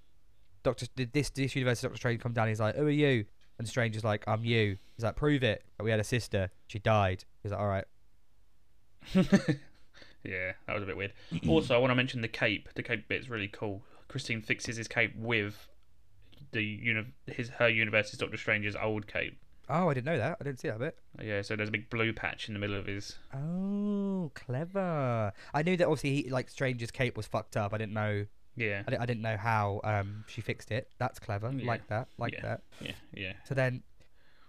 S2: Doctor, this this universe Doctor Strange come down. He's like, "Who are you?" And Strange is like, "I'm you." He's like, "Prove it." We had a sister. She died. He's like, "All right."
S1: yeah, that was a bit weird. also, I want to mention the cape. The cape bit's really cool. Christine fixes his cape with the uni- his her universe's Doctor Strange's old cape.
S2: Oh, I didn't know that. I didn't see that bit.
S1: Yeah, so there's a big blue patch in the middle of his.
S2: Oh, clever! I knew that obviously, he, like Stranger's cape was fucked up. I didn't know.
S1: Yeah,
S2: I, di- I didn't know how um she fixed it. That's clever.
S1: Yeah.
S2: Like that. Like
S1: Yeah.
S2: that.
S1: yeah, yeah.
S2: So then,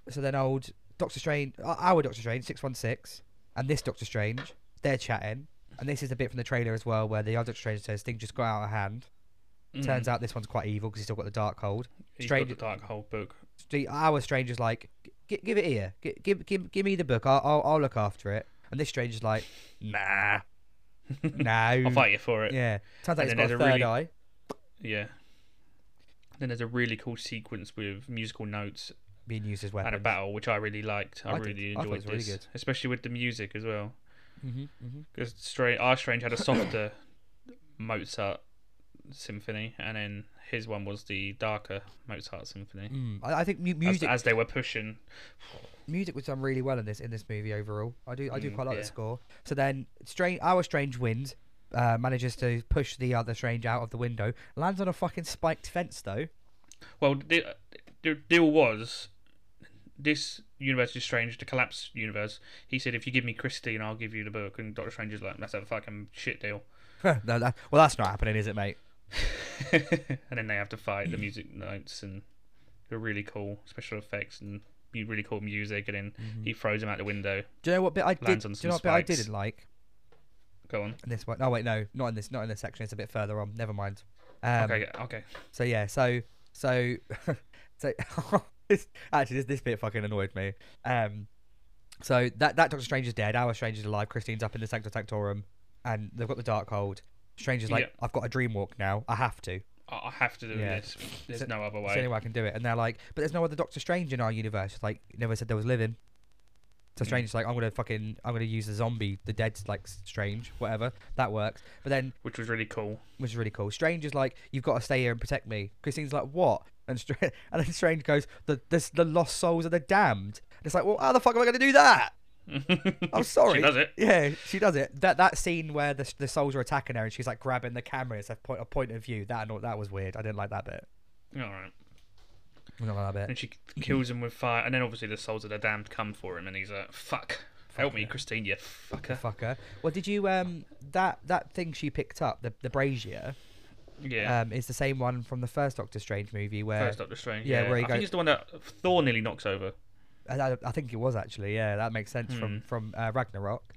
S2: so then old Doctor Strange, uh, our Doctor Strange, six one six, and this Doctor Strange, they're chatting, and this is a bit from the trailer as well, where the other Doctor Strange says things just got out of hand.
S1: Mm.
S2: Turns out this one's quite evil because he's still got the dark hold.
S1: He's got
S2: Strange-
S1: the Dark Hole book.
S2: Stra- our stranger's like, "Gi- give it here. Gi- give, give, give me the book. I'll, I'll, I'll look after it. And this stranger's like, nah,
S1: I'll
S2: no.
S1: fight you for it. Yeah.
S2: Yeah. Turns out
S1: And
S2: he's
S1: then
S2: got a
S1: there's
S2: third
S1: a really-
S2: eye.
S1: Then there's a really cool sequence with musical notes
S2: Being used as
S1: and a
S2: weapons.
S1: battle, which I really liked. I,
S2: I did.
S1: really
S2: I thought it
S1: enjoyed
S2: was really
S1: this,
S2: good.
S1: especially with the music as well.
S2: Mm-hmm, mm-hmm.
S1: because Strange, our Strange had a softer Mozart symphony, and then his one was the darker Mozart symphony.
S2: Mm. I, I think mu-
S1: As,
S2: music
S1: as they were pushing,
S2: music was done really well in this in this movie overall. I do I do
S1: Mm,
S2: quite like
S1: yeah.
S2: the score. So then, strange our strange wins. Uh, manages to push the other strange out of the window. Lands on a fucking spiked fence though.
S1: well, the, the deal was this universe is strange, the collapse universe. He said, "If you give me Christine, I'll give you the book." And Doctor Strange is like, "That's a fucking shit deal."
S2: no, that, well, that's not happening, is it, mate?
S1: and then they have to fight the music notes and the really cool special effects and really cool music, and then
S2: Mm-hmm.
S1: he throws him out the window.
S2: Do you know what bit I did?
S1: Lands
S2: Do
S1: on
S2: you
S1: some
S2: know what bit I
S1: spikes.
S2: didn't like?
S1: Go on.
S2: in this one. No, wait, no, not in this, not in this section. It's a bit further on. Never mind. Um,
S1: okay, okay.
S2: So yeah, so so so this, actually this this bit fucking annoyed me. Um, so that that Doctor Strange is dead. Our Strange is alive. Christine's up in the Sanctum Sanctorum, and they've got the dark hold. Strange is like,
S1: Yeah.
S2: I've got a dream walk now. I have to.
S1: I I have to do
S2: Yeah.
S1: this. There's
S2: So-
S1: no other
S2: It's
S1: way.
S2: the only way I can do it. And they're like, but there's no other Doctor Strange in our universe. It's like, you never said there was living. So
S1: Hmm.
S2: Strange is like, I'm gonna fucking, I'm gonna use the zombie, the dead, like Strange, whatever. That works. But then
S1: Which was really cool.
S2: which is really cool. Strange is like, you've got to stay here and protect me. Christine's like, what? And Str- and then Strange goes, the this, the lost souls of the damned. And it's like, well, how the fuck am I going to do that? I'm Oh, sorry.
S1: She does it.
S2: Yeah, she does it. That that scene where the, the souls are attacking her and she's like grabbing the camera, it's a point, a point of view. That anno- that was weird. I didn't like that bit.
S1: All right.
S2: I didn't like that bit.
S1: And she kills him with fire, and then obviously the souls of the damned come for him, and he's like, "Fuck, help me,
S2: yeah.
S1: Christine, you fucker."
S2: Fucker. Well, did you um that that thing she picked up the the brazier
S1: Yeah.
S2: um is the same one from the first Doctor Strange movie where
S1: First Doctor Strange.
S2: Uh, yeah,
S1: Yeah,
S2: where he
S1: I
S2: go-
S1: think it's the one that Thor nearly knocks over.
S2: I, I- I think it was actually. Yeah, that makes sense
S1: Hmm.
S2: from from uh, Ragnarok.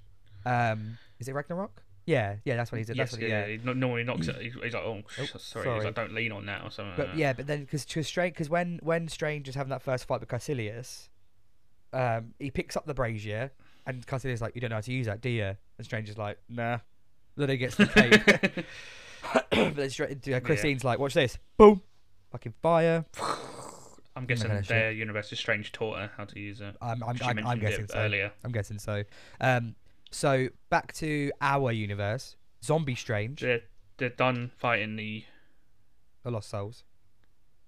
S2: Um, is it Ragnarok? Yeah, yeah, that's what he did.
S1: yes,
S2: that's what,
S1: yeah,
S2: yeah.
S1: yeah. He no- normally knocks it. He's he's like, "Oh, sh- sorry."
S2: sorry.
S1: He's like, "Don't lean on that" or something.
S2: But
S1: like
S2: yeah, but then because Strange, because when when Strange is having that first fight with Caecilius, um, he picks up the brazier, and Caecilius is like, "You don't know how to use that, do you?" And Strange is like, "Nah." Then he gets the cape.
S1: that.
S2: but then Stra- uh, Christine's like, "Watch this, boom, fucking fire."
S1: I'm guessing
S2: gonna
S1: their universe is strange taught her how to use it.
S2: I'm I'm,
S1: She
S2: I'm, I'm
S1: mentioned
S2: guessing
S1: it
S2: so.
S1: earlier.
S2: I'm guessing so. Um, so back to our universe, Zombie Strange,
S1: They're they're done fighting the
S2: the Lost Souls.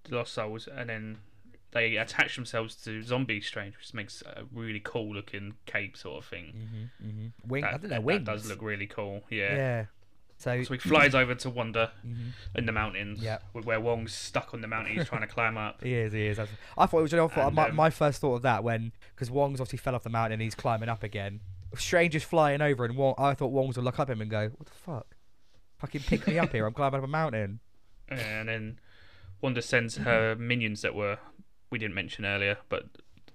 S1: the Lost Souls, and then they attach themselves to Zombie Strange, which makes a really cool looking cape sort of thing.
S2: Mm-hmm, mm-hmm. Wing,
S1: That,
S2: I think they're
S1: that-
S2: wings.
S1: that does look really cool.
S2: yeah.
S1: Yeah.
S2: So,
S1: So he flies over to Wanda
S2: Mhm.
S1: in the mountains,
S2: Yep.
S1: wh- where Wong's stuck on the mountain. He's trying to climb up.
S2: he is, he is. that's- I thought it was. I thought
S1: And,
S2: my,
S1: um,
S2: my first thought of that when because Wong's obviously fell off the mountain and he's climbing up again. Stranger's flying over, and Wong, I thought Wong's would look up at him and go, "What the fuck? Fucking pick me up here! I'm climbing up a mountain."
S1: And then Wanda sends her minions that were we didn't mention earlier, but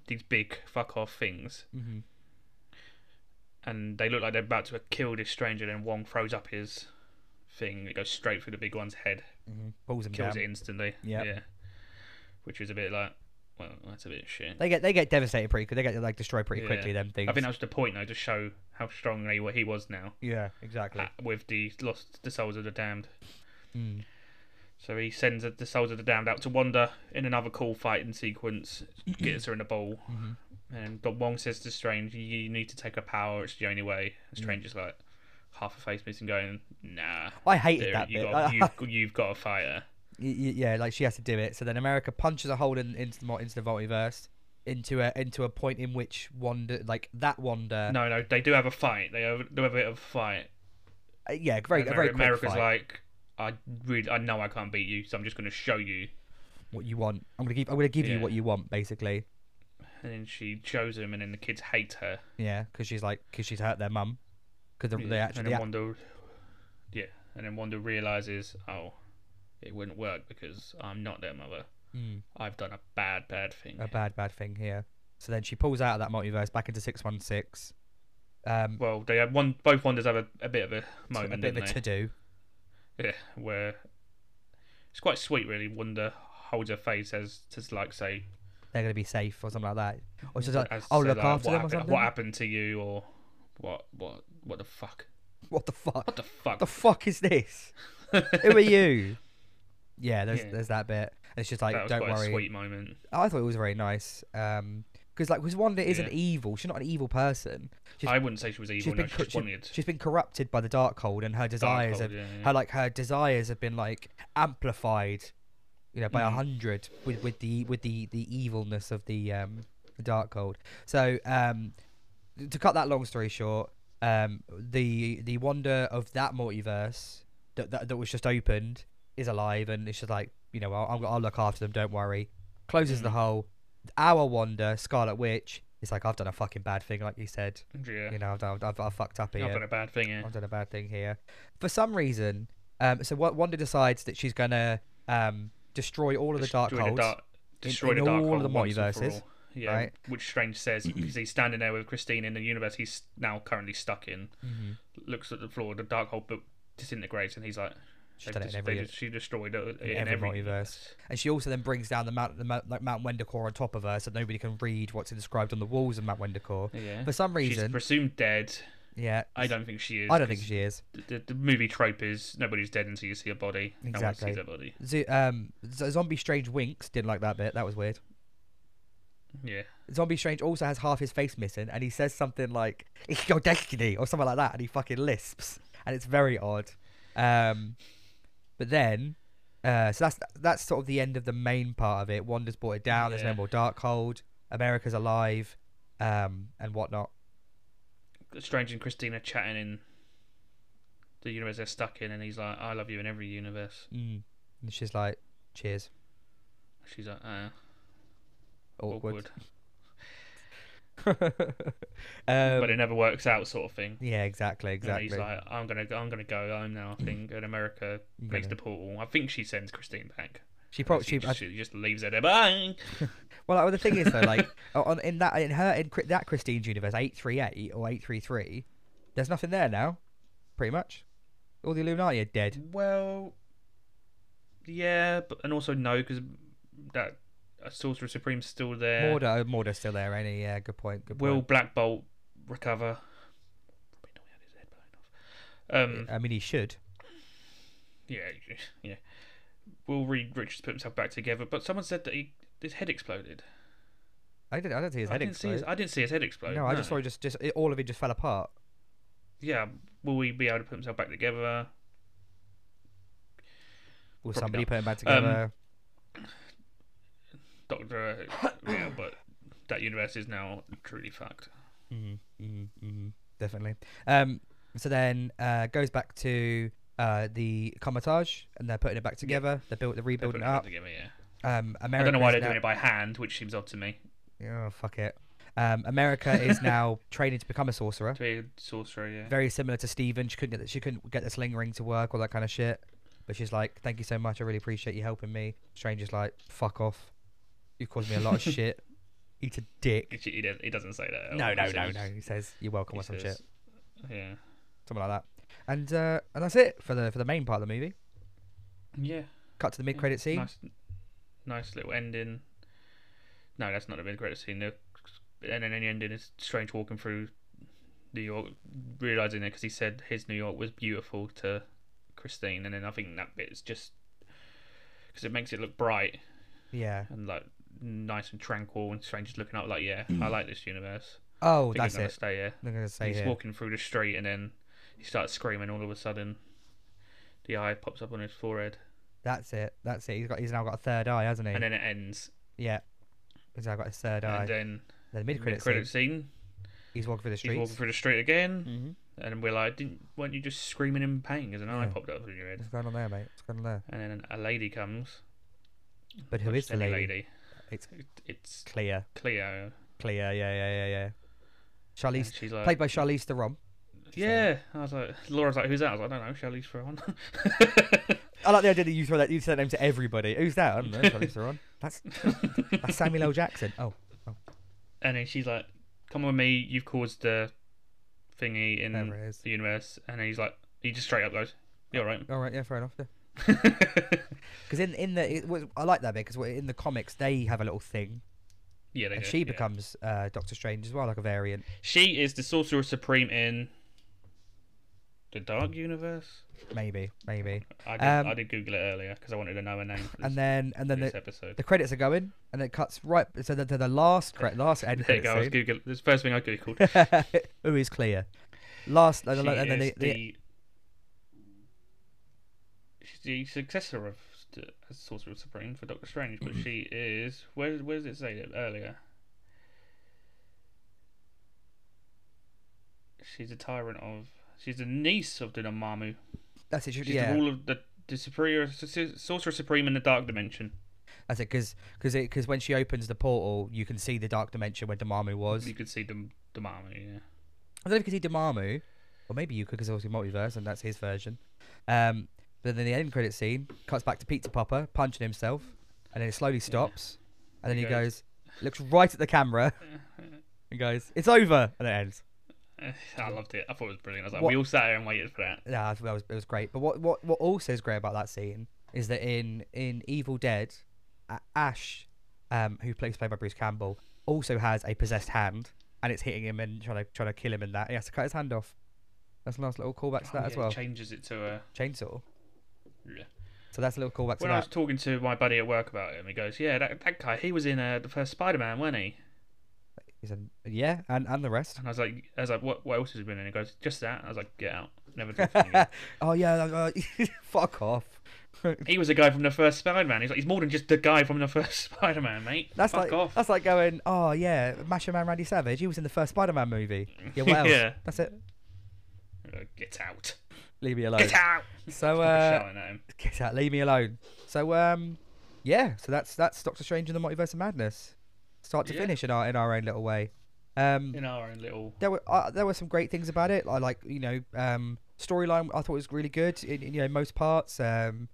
S1: these big fuck off things,
S2: Mm-hmm.
S1: and they look like they're about to kill this stranger. Then Wong throws up his thing; it goes straight through the big one's head,
S2: Mm-hmm. Pulls him
S1: kills
S2: down.
S1: it instantly.
S2: Yep.
S1: Yeah, which is a bit like, well, that's a bit shit.
S2: They get they get devastated pretty. quick. They get like destroyed pretty
S1: Yeah.
S2: quickly. Them things.
S1: I think that was the point, though, to show how strong they were, he was now
S2: yeah, exactly.
S1: uh, with the lost the souls of the damned.
S2: Mm.
S1: So he sends the souls of the damned out to Wanda in another cool fighting sequence, gets her in a ball,
S2: Mhm.
S1: and but Wong says to Strange, "You- "You need to take her power. It's the only way." And
S2: Mm.
S1: Strange is like, half a face missing, going, "Nah."
S2: I hated
S1: dude,
S2: that
S1: you
S2: bit.
S1: got, you've, you've got to fight her.
S2: Y- y- yeah, like she has to do it. So then America punches a hole in, into the mul- into the multiverse, into a into a point in which Wanda, like that Wanda,
S1: No, no, they do have a fight. They have, they have a bit of a fight.
S2: uh, yeah, very a
S1: Ameri-
S2: very quick
S1: America's
S2: fight.
S1: like, I really, I know I can't beat you, so I'm just going to show you.
S2: what you want. I'm gonna give I'm gonna give you
S1: Yeah.
S2: what you want, basically.
S1: And then she shows him, and then the kids hate her.
S2: Yeah, because she's like because she's hurt their mum, because they
S1: Yeah,
S2: actually
S1: and
S2: the
S1: then
S2: act-
S1: Wanda, yeah, and then Wanda realizes, oh, it wouldn't work because I'm not their mother.
S2: Mm,
S1: I've done a bad, bad thing.
S2: a bad bad thing here. So then she pulls out of that multiverse back into six one six. Um,
S1: Well, they had one. Both Wandas have a, a bit of a moment,
S2: a bit of
S1: didn't
S2: a to
S1: they?
S2: do.
S1: Yeah, where it's quite sweet, really. Wanda holds her face as to like say,
S2: They're gonna be safe or something like that. Or she's like,
S1: as
S2: "I'll
S1: to,
S2: look
S1: like,
S2: after
S1: what
S2: them" or
S1: happened,
S2: something.
S1: What happened to you, or what, what, what the fuck?
S2: What the fuck?
S1: What the fuck?
S2: the fuck is this? Who are you? Yeah, there's
S1: Yeah.
S2: there's that bit. And it's just
S1: that
S2: like,
S1: was
S2: don't
S1: quite
S2: worry.
S1: a sweet moment.
S2: I thought it was very nice. Um, because like, because Wanda isn't
S1: Yeah.
S2: evil. She's not an evil person. She's-
S1: I wouldn't say she was evil.
S2: been
S1: No, she
S2: cor-
S1: just wanted.
S2: She's been corrupted by the Darkhold, and her desires
S1: Darkhold,
S2: have,
S1: yeah, yeah.
S2: her like her desires have been like amplified, you know, by a hundred with with the with the the evilness of the um the Darkhold. So um, to cut that long story short, um, the the wonder of that multiverse that that, that was just opened is alive, and it's just like you know, I'll, I'll- I'll look after them. Don't worry. Closes the hole. Our wonder, Scarlet Witch, is like I've done a fucking bad thing, like you said.
S1: yeah,
S2: You know, I've done, I've, I've fucked up here.
S1: I've done a bad thing. Yeah.
S2: I've done a bad thing here. For some reason, um, so Wa- Wanda decides that she's gonna um, destroy all of the dark
S1: destroy
S2: holds.
S1: the dark, destroy
S2: in
S1: the dark
S2: all of the
S1: once and for
S2: multiverses,
S1: all. Yeah,
S2: right?
S1: which Strange says because he's standing there with Christine in the universe he's now currently stuck in.
S2: Mm-hmm.
S1: Looks at the floor, the dark hole but disintegrates, and he's like, "They've
S2: She's done it in
S1: just-
S2: every-
S1: they just- she destroyed it in
S2: every
S1: every,
S2: multiverse. And she also then brings down the Mount, the Mount, like Mount Wendicore on top of her, so nobody can read what's inscribed on the walls of Mount Wendicore.
S1: Yeah,
S2: For some
S1: she's
S2: reason,
S1: presumed dead.
S2: yeah,
S1: I don't think she is.
S2: I don't think
S1: 'cause
S2: she is.
S1: The, the, the movie trope is nobody's dead until you see a body. No one
S2: Exactly.
S1: sees a body.
S2: Z- um, Z- Zombie Strange winks. Didn't like that bit. That was weird.
S1: Yeah,
S2: Zombie Strange also has half his face missing, and he says something like "It's your destiny" or something like that, and he fucking lisps, and it's very odd. Um, but then, uh, so that's that's sort of the end of the main part of it. Wanda's brought it down. There's no
S1: Yeah.
S2: more Darkhold. America's alive, um, and whatnot.
S1: Strange and Christine are chatting in the universe they're stuck in, and he's like, "I love you in every universe."
S2: Mm. And she's like, "Cheers."
S1: She's like, "Uh,
S2: Awkward.
S1: awkward."
S2: um,
S1: but it never works out, sort of thing.
S2: yeah, exactly,
S1: And
S2: Um, exactly.
S1: he's like, I'm gonna, I'm gonna go home now. I think, and America
S2: I'm
S1: makes
S2: gonna-
S1: the portal. I think she sends Christine back.
S2: she probably
S1: she,
S2: she, I
S1: just, she just leaves her there. Bye.
S2: Well, like, well, the thing is though, like o- on in that in her in Chri- that Christine's universe, eight three eight or eight three three, there's nothing there now, pretty much. All the Illuminati are dead.
S1: Well, yeah, but and also no, because that uh, Sorcerer Supreme's still there.
S2: Morda, oh, Morda's still there. Any? Yeah, good point. Good
S1: Will
S2: point.
S1: Black Bolt recover? Probably not had his head blown off. Um,
S2: I mean, he should.
S1: yeah, yeah. Will Reed Richards put himself back together? But someone said that he his head exploded.
S2: I didn't. I don't see his
S1: I
S2: head
S1: didn't see his.
S2: explode.
S1: I didn't see his head explode.
S2: No, I just saw it just just it, all of it just fell apart.
S1: yeah, will we be able to put himself back together?
S2: Will
S1: Probably
S2: somebody
S1: not.
S2: put him back
S1: Um,
S2: together?
S1: Doctor, yeah, but that universe is now truly fucked.
S2: mm mm mm Definitely. Um. So then, uh, goes back to uh the Comitage, and they're putting it back together. They're built. They're
S1: They're
S2: rebuilding
S1: putting it
S2: it
S1: back
S2: up.
S1: together, yeah.
S2: Um. America.
S1: I don't know why they're doing it by hand, which seems odd to me.
S2: Oh, fuck it. Um, America is now training to become a sorcerer.
S1: To be a sorcerer, yeah.
S2: Very similar to Steven. She couldn't get the, she couldn't get the sling ring to work, all that kind of shit. But she's like, "Thank you so much. I really appreciate you helping me." Stranger's like, "Fuck off. You caused me a lot of shit. Eat a dick."
S1: He, he doesn't- he doesn't say that. at
S2: No,
S1: all.
S2: no,
S1: He
S2: no,
S1: says-
S2: no. He says, "You're welcome"
S1: he
S2: or some
S1: says-
S2: shit,
S1: Yeah.
S2: something like that. And uh, and that's it for the for the main part of the movie.
S1: Yeah.
S2: Cut to the mid credit scene.
S1: Mm, Nice, nice little ending. No, that's not a mid credit scene. The and then the ending is Strange walking through New York, realizing it because he said his New York was beautiful to Christine, and then I think that bit's just because it makes it look bright
S2: Yeah.
S1: and like nice and tranquil, and Strange is looking up like, yeah, I like this universe.
S2: Oh,
S1: I think
S2: that's
S1: I'm gonna
S2: it.
S1: stay here.
S2: I'm gonna say
S1: he's
S2: here.
S1: walking through the street, and then he starts screaming. All of a sudden, the eye pops up on his forehead,
S2: That's it. That's it. He's got. He's now got a third eye, hasn't he?
S1: and then it ends.
S2: yeah. He's now got his third eye.
S1: And then
S2: then mid credit scene.
S1: credit scene.
S2: He's walking through the
S1: He's walking
S2: streets.
S1: through the street again,
S2: Mm-hmm.
S1: and we're like, "Didn't? weren't you just screaming in pain?" Because an eye
S2: Yeah.
S1: popped up in your head.
S2: What's going on there, mate? What's going on there?
S1: And then a lady comes.
S2: But who
S1: not
S2: is
S1: just
S2: the
S1: any
S2: lady?
S1: It's
S2: It's-
S1: it's
S2: Clea.
S1: Cleo.
S2: Clea. Yeah, yeah, yeah, yeah.
S1: and
S2: Charlize,
S1: she's like,
S2: played by Charlize Theron.
S1: yeah. I was like, Laura's like, who's that? I was like, I don't know. Charlize Theron.
S2: I like the idea that you throw that you say that name to everybody. Who's that? I don't know. Charlize Theron. That's that's Samuel L. Jackson. Oh,
S1: and then she's like, "Come with me. You've caused the thingy in
S2: there it is.
S1: the universe." And he's like, he just straight up goes, "You all right?"
S2: All right. Yeah, fair enough. Because in in the it was, I like that bit because in the comics they have a little thing
S1: yeah. They
S2: and
S1: go,
S2: she
S1: yeah.
S2: becomes uh, Doctor Strange as well, like a variant.
S1: She is the sorcerer supreme in the Dark Universe.
S2: Maybe, maybe.
S1: I did,
S2: Um,
S1: I did Google it earlier because I wanted to know her name for this,
S2: And then and then
S1: this
S2: the,
S1: episode.
S2: the credits are going and it cuts right so the, the, the last cre- last end
S1: there you go. I was
S2: credit
S1: Google. This is the first thing I googled.
S2: scene. Who is clear? Last and,
S1: she
S2: then- and then
S1: is
S2: the, the,
S1: the, she's the successor of the- as Sorcerer Supreme for Doctor Strange, but
S2: Mm-hmm.
S1: she is. Where, where does it say that earlier? She's a tyrant of. She's the niece of the Namamu.
S2: that's it. she-
S1: She's
S2: yeah,
S1: the rule of the, the superior s- sorcerer supreme in the dark dimension.
S2: that's it. Because because when she opens the portal, you can see the dark dimension where Damamu was.
S1: You could see the the Namamu. Yeah.
S2: I don't know if you can see Damamu, or maybe you could because obviously multiverse and that's his version. Um, but then the end credit scene cuts back to Pizza Popper punching himself, and then it slowly stops, and then
S1: He
S2: he
S1: goes-
S2: goes, looks right at the camera, and goes, "It's over," and it ends.
S1: Eh, I loved it. I thought it was brilliant. I was like,
S2: What-
S1: we all sat here and waited for that.
S2: Yeah, I thought that was it was great. But what what what also is great about that scene is that in in Evil Dead, A- Ash, um, who plays played by Bruce Campbell, also has a possessed hand, and it's hitting him and trying to trying to kill him in that. He has to cut his hand off. That's a nice little callback to
S1: Oh,
S2: that
S1: yeah,
S2: as well.
S1: Changes it to a.
S2: Chainsaw.
S1: Yeah.
S2: So that's a little callback to
S1: When I was
S2: that.
S1: talking to my buddy at work about him, he goes, "Yeah, that, that guy. He was in uh, the first Spider-Man, wasn't he?"
S2: He said, yeah, and and the rest.
S1: And I was like, "I was like, what, what else has he been in?" He goes, "Just that." I was like, "Get out. Never talk to me again."
S2: oh yeah, uh, uh, fuck off.
S1: He was a guy from the first Spider-Man. He's like, he's more than just the guy from the first Spider-Man, mate.
S2: That's
S1: Fuck
S2: like
S1: off.
S2: that's like going. Oh yeah, Macho Man Randy Savage. He was in the first Spider-Man movie. Yeah, what else?
S1: Yeah.
S2: That's it.
S1: Like, Get out.
S2: Leave me alone.
S1: Get out.
S2: So
S1: Proper
S2: uh,
S1: shouting at him.
S2: get out. Leave me alone. So um, yeah. So that's that's Doctor Strange and the Multiverse of Madness, start to
S1: Yeah.
S2: finish in our in our own little way. Um,
S1: in our own little
S2: there were uh, there were some great things about it. I like you know um, storyline. I thought was really good in, in you know most parts. Um,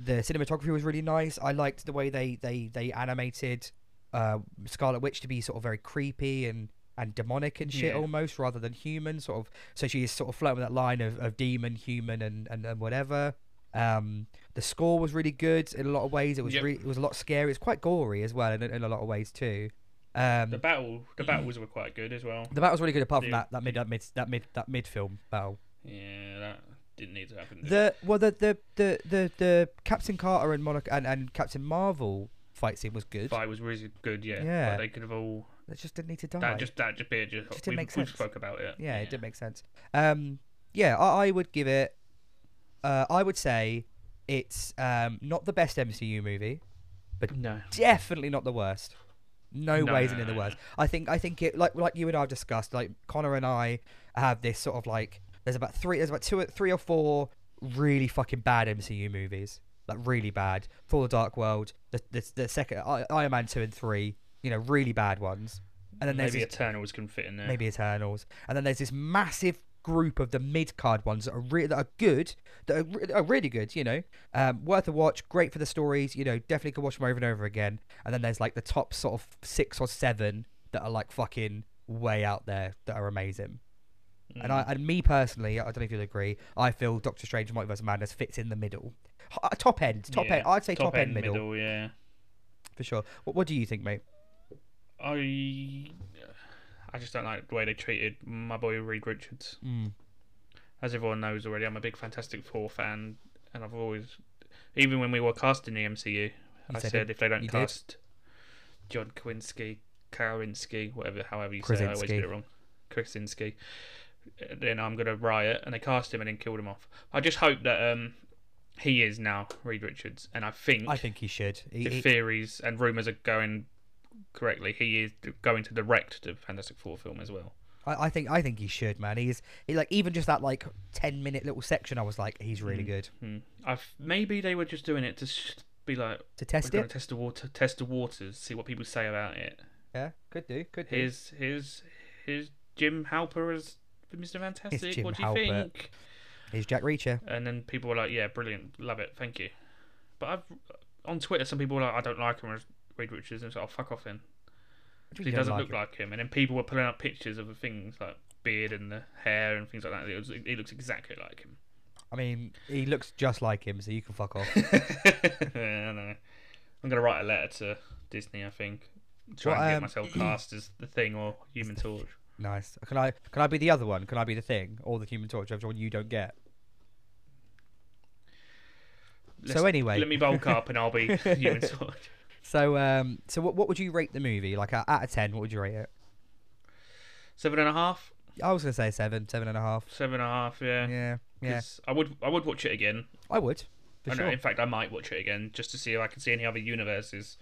S2: the cinematography was really nice. I liked the way they they they animated uh, Scarlet Witch to be sort of very creepy and and demonic and shit
S1: Yeah.
S2: almost rather than human sort of. So she is sort of flirting with that line of, of demon, human, and and, and whatever. Um, the score was really good in a lot of ways. It was
S1: Yep.
S2: really, it was a lot scary. It's quite gory as well in, in a lot of ways too. Um,
S1: the battle the battles were quite good as well
S2: the battle's really good, apart from
S1: Yeah.
S2: that that mid that mid that mid that mid film battle.
S1: yeah that didn't need to happen did it?
S2: The well, the the the the, the Captain Carter and Monica and, and Captain Marvel fight scene was good.
S1: fight was really good yeah
S2: Yeah.
S1: Like, they could have all
S2: They just didn't need to die.
S1: that just that just be just,
S2: Just didn't
S1: we,
S2: make
S1: we
S2: sense.
S1: spoke about it
S2: yeah, it did make sense. Um, yeah, I, I would give it. Uh, I would say it's um not the best MCU movie,
S1: no
S2: definitely not the worst. No,
S1: No,
S2: way is
S1: no,
S2: it the
S1: no,
S2: worst. I think I think it like like you and I have discussed. Like Connor and I have this sort of like there's about three there's about two or- three or four really fucking bad MCU movies. Like really bad. Thor: The Dark World, the the, the second I, Iron Man two and three. You know, really bad ones. And then there's
S1: maybe
S2: this- Mm.
S1: Eternals can fit in there
S2: maybe Eternals. And then there's this massive group of the mid card ones that are re- that are good, that are, re- are really good. You know, um, worth a watch, great for the stories. You know, definitely can watch them over and over again. And then there's like the top sort of six or seven that are like fucking way out there that are amazing. And I and me personally, I don't know if you'll agree. I feel Doctor Strange: Multiverse of Madness fits in the middle, H- uh, top end, top
S1: Yeah,
S2: end. I'd say top, end, middle,
S1: yeah.
S2: for sure. What, what do you think, mate?
S1: I I just don't like the way they treated my boy Reed Richards.
S2: Mm.
S1: As everyone knows already, I'm a big Fantastic Four fan, and I've always, even when we were casting the MCU, I
S2: said
S1: said,
S2: it.
S1: if they don't
S2: You did.
S1: cast John Kowinski, Kowinski, whatever, however you say, it, I always get
S2: Krasinski.
S1: it wrong, Krasinski, then I'm gonna riot, and they cast him and then killed him off. I just hope that um he is now Reed Richards, and I think
S2: I think he should. He-
S1: the
S2: he-
S1: theories and rumors are going correctly. He is going to direct the Fantastic Four film as well.
S2: I, I think I think he should, man. He's he, like even just that like ten minute little section. I was like, he's really good
S1: Hmm. I maybe they were just doing it to sh- be like
S2: to
S1: we're
S2: test
S1: going
S2: it.
S1: to test the water, test the waters, see what people say about it.
S2: Yeah, could do, could do.
S1: Here's here's here's Jim Halper as Mr. Fantastic.
S2: Jim
S1: what do you
S2: Halpert.
S1: think?
S2: Here's Jack Reacher.
S1: And then people were like, "Yeah, brilliant, love it, thank you." But I've on Twitter, some people were like, "I don't like him as Reed Richards," and so I'll "Oh, fuck off then.
S2: You
S1: he
S2: don't
S1: doesn't
S2: like
S1: look
S2: him.
S1: like him. And then people were pulling up pictures of the things like beard and the hair and things like that. It, was, it looks exactly like him.
S2: I mean, he looks just like him, so you can fuck off.
S1: I know. I'm gonna write a letter to Disney. I think try
S2: What,
S1: and get
S2: um,
S1: myself cast as the Thing or Human Torch.
S2: nice. Can I can I be the other one? Can I be the thing or the Human Torch? Whichever one you don't get.
S1: Let's-
S2: anyway.
S1: let me bulk up and I'll be Human Torch.
S2: So um, so what what would you rate the movie? Like out out of ten, what would you rate it?
S1: Seven and a half,
S2: I was gonna say seven, seven and a half.
S1: seven and a half. Yeah.
S2: Yeah, yeah.
S1: 'Cause I would, I would watch it again.
S2: I would for
S1: I know.
S2: sure.
S1: In fact, I might watch it again just to see if I can see any other universes.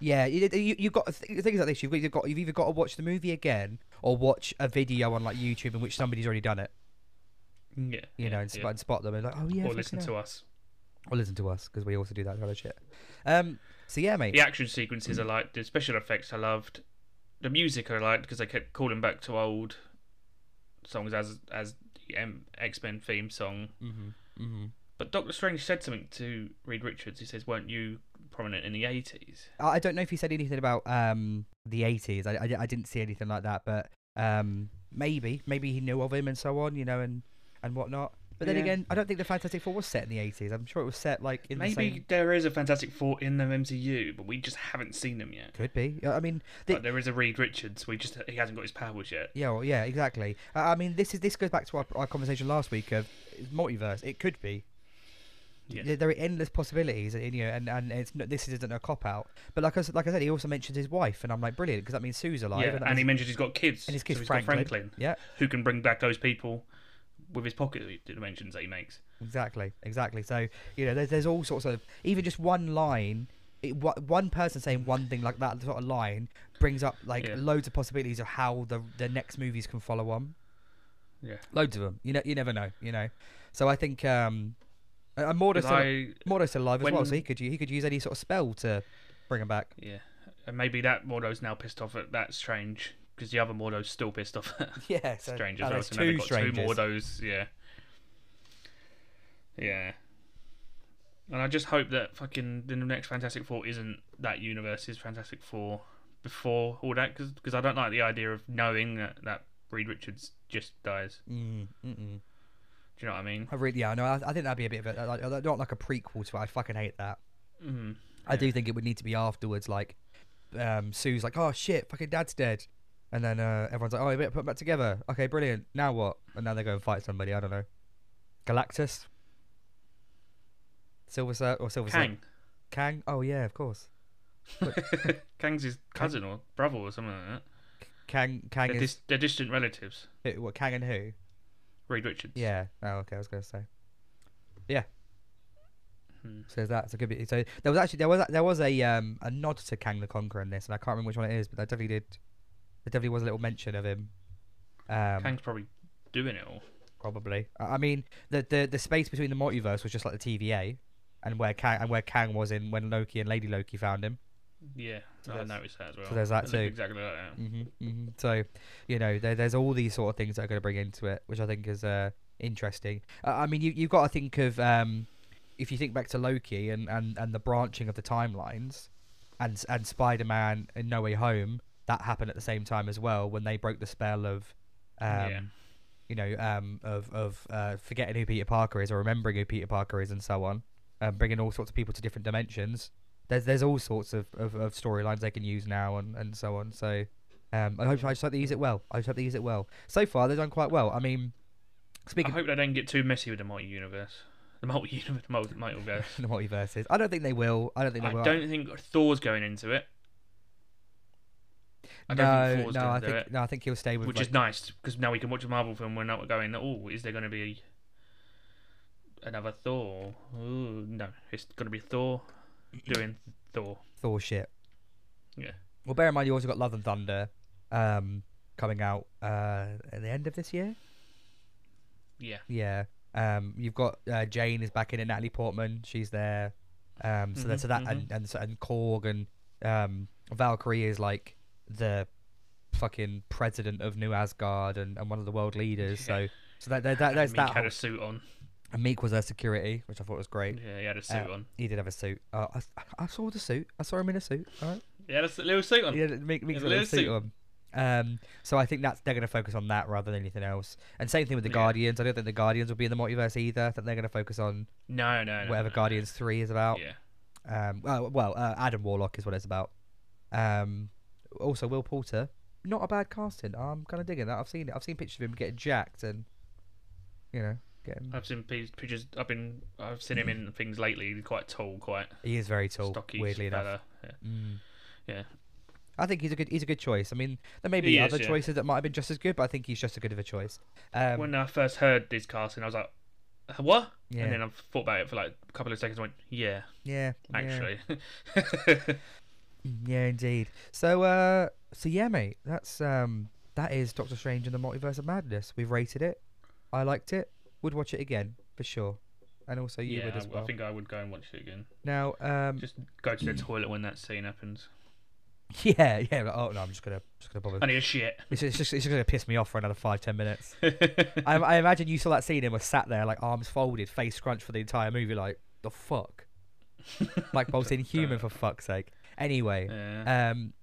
S2: Yeah, you, you you've got th- things like this. You've got, you've got you've either got to watch the movie again or watch a video on like YouTube in which somebody's already done it.
S1: Yeah.
S2: Mm, You
S1: yeah,
S2: know, and, spot,
S1: yeah.
S2: and spot them and like, oh yeah,
S1: or
S2: fucking
S1: listen
S2: hell."
S1: to us.
S2: or listen to us because we also do that kind of shit. Um, so yeah, mate.
S1: The action sequences I liked. The special effects I loved. The music I liked because they kept calling back to old songs as as the um, X Men theme song.
S2: Mm-hmm. Mm-hmm.
S1: But Doctor Strange said something to Reed Richards. He says, "Weren't you prominent in the '80s?"
S2: I I don't know if he said anything about um the eighties. I, I di- I didn't see anything like that, but um maybe maybe he knew of him and so on, you know, and and whatnot. But then
S1: Yeah.
S2: again, I don't think the Fantastic Four was set in the eighties. I'm sure it was set like in
S1: Maybe
S2: the same.
S1: there is a Fantastic Four in the MCU, but we just haven't seen them yet.
S2: Could be. I mean, the,
S1: Like, there is a Reed Richards. We just he hasn't got his powers yet.
S2: Yeah, well, yeah, exactly. Uh, I mean, this is this goes back to our, our conversation last week of multiverse. It could be.
S1: Yeah.
S2: There, there are endless possibilities, and you know, and, and it's no, this isn't a cop out. But like I s- like I said, he also mentioned his wife, and I'm like, brilliant, because that means Sue's alive.
S1: yeah,
S2: and, that
S1: and he
S2: means-
S1: mentioned he's got kids.
S2: and his
S1: so
S2: kid's
S1: he's got
S2: Franklin.
S1: Franklin,
S2: Yeah,
S1: who can bring back those people with his pocket dimensions that he makes.
S2: exactly, exactly. So you know, there's there's all sorts of even just one line. It, wha- one person saying one thing like that sort of line brings up like
S1: Yeah.
S2: loads of possibilities of how the the next movies can follow on.
S1: Yeah,
S2: loads of them. You know, you never know. You know, so I think um, uh, and Mordo
S1: 'Cause
S2: still,
S1: I
S2: Mordo's still alive as well, so
S1: when-
S2: he could u- he could use any sort of spell to bring him back.
S1: yeah, and maybe that Mordo's now pissed off at that Strange because the other Mordo's still pissed off at
S2: Yeah, so,
S1: Strange
S2: oh,
S1: as well.
S2: there's
S1: So now they've
S2: two
S1: got two
S2: strangers.
S1: Mordos. Yeah, yeah. And I just hope that fucking the next Fantastic Four isn't that universe's Fantastic Four before all that because I don't like the idea of knowing that, that Reed Richards just dies.
S2: Mm, mm-mm.
S1: Do you know what I mean?
S2: I really, yeah, no, I, I think that'd be a bit of a like, uh, not like a prequel to it. I fucking hate that.
S1: Mm.
S2: I do think it would need to be afterwards. Like, um, Sue's like, oh shit, fucking dad's dead, and then uh, everyone's like, oh, we better put him back together. Okay, brilliant. Now what? And now they go and fight somebody. I don't know, Galactus, Silver Sur- or Silver Sur-
S1: Kang.
S2: Kang. Oh yeah, of course.
S1: Kang's his cousin or brother or something like that.
S2: Kang, Kang
S1: They're,
S2: is
S1: dis- they're distant relatives.
S2: who- what? Kang and who?
S1: Reed Richards.
S2: Yeah. Oh, okay. I was gonna say. Yeah.
S1: Hmm.
S2: So there's that. So, it could be, so there was actually there was there was a um a nod to Kang the Conqueror in this, and I can't remember which one it is, but there definitely did. There definitely was a little mention of him. Um,
S1: Kang's probably doing it all.
S2: probably. I I mean, the, the the space between the multiverse was just like the TVA, and where Kang and where Kang was in when Loki and Lady Loki found him.
S1: Yeah,
S2: So
S1: I
S2: there's-
S1: noticed that as well.
S2: there's that
S1: They look
S2: too.
S1: Exactly like that.
S2: hmm hmm So, you know, there, there's all these sort of things that are going to bring into it, which I think is uh, interesting. Uh, I mean, you, you've got to think of um, if you think back to Loki and, and, and the branching of the timelines, and and Spider Man and No Way Home that happened at the same time as well when they broke the spell of, um,
S1: Yeah.
S2: you know, um, of of uh, forgetting who Peter Parker is or remembering who Peter Parker is and so on, and bringing all sorts of people to different dimensions. There's there's all sorts of, of, of storylines they can use now and, and so on. So, um, I hope I just hope they use it well. I just hope they use it well. So far they've done quite well. I mean,
S1: I
S2: speaking
S1: hope they don't get too messy with the multi-universe. The multi-universe, the multi- multiverse.
S2: of the multiverses, I don't think they will. I don't think they
S1: I
S2: will.
S1: don't think Thor's going into it. I don't
S2: no,
S1: think Thor's
S2: no,
S1: gonna
S2: I
S1: do
S2: think
S1: it.
S2: no, I think he'll stay with
S1: Which
S2: like,
S1: is nice because now we can watch a Marvel film. We're not going. Oh, is there going to be another Thor? Ooh, no, it's going to be Thor doing Thor.
S2: Thor shit.
S1: Yeah.
S2: Well, bear in mind you also got Love and Thunder, um, coming out uh at the end of this year.
S1: Yeah,
S2: Yeah. Um, you've got uh, Jane is back in it. Natalie Portman, she's there. Um, so that's so
S1: Mhm,
S2: that and and so- and Korg and um, Valkyrie is like the fucking president of New Asgard and, and one of the world leaders. So so that, that, that that's
S1: Meek
S2: that.
S1: had
S2: Whole,
S1: a suit on.
S2: and Meek was her security, which I thought was great.
S1: Yeah, he had a suit
S2: Uh,
S1: on.
S2: He did have a suit. Uh, I, I saw the suit. I saw him in a suit. All right.
S1: He had a s- little suit on.
S2: Yeah, Meek, Meek's
S1: Yeah,
S2: got a
S1: let's
S2: suit
S1: see.
S2: on. Um, so I think that's they're going to focus on that rather than anything else. And same thing with the
S1: Yeah.
S2: Guardians. I don't think the Guardians will be in the multiverse either. I think they're going to focus on
S1: No, no, no.
S2: whatever
S1: no, no.
S2: Guardians Three is about.
S1: Yeah.
S2: Um, well, well, uh, Adam Warlock is what it's about. Um, also Will Porter, not a bad casting. I'm kind of digging that. I've seen it. I've seen pictures of him getting jacked and, you know, getting.
S1: I've seen pi- pictures. I've been. I've seen him
S2: Mm.
S1: in things lately. He's quite tall, quite
S2: He is very tall.
S1: Uh, stocky.
S2: weirdly enough.
S1: fella. Yeah.
S2: Mm.
S1: Yeah.
S2: I think he's a good he's a good choice. I mean, there may be
S1: He is,
S2: other
S1: yeah.
S2: choices that might have been just as good, but I think he's just as good of a choice. Um,
S1: when I first heard this casting, I was like, "What?"
S2: yeah,
S1: And then I thought about it for like a couple of seconds. and Went, "Yeah,
S2: yeah, yeah.
S1: actually."
S2: Mm, yeah, indeed. So, uh, so yeah, mate, that's um, that is Doctor Strange and the Multiverse of Madness. We've rated it. I liked it. Would watch it again for sure, and also you
S1: yeah,
S2: would as
S1: I-
S2: well.
S1: I think I would go and watch it again.
S2: Now, um,
S1: Just go to the toilet when that scene happens.
S2: yeah, yeah. like, Oh no, I'm just gonna just gonna
S1: I
S2: bother.
S1: need a shit.
S2: It's, it's just it's just gonna piss me off for another five ten minutes. I, I imagine you saw that scene and were sat there like arms folded, face crunched for the entire movie, like the fuck, like Bob's human for fuck's sake. Anyway,
S1: Uh. Yeah.
S2: um,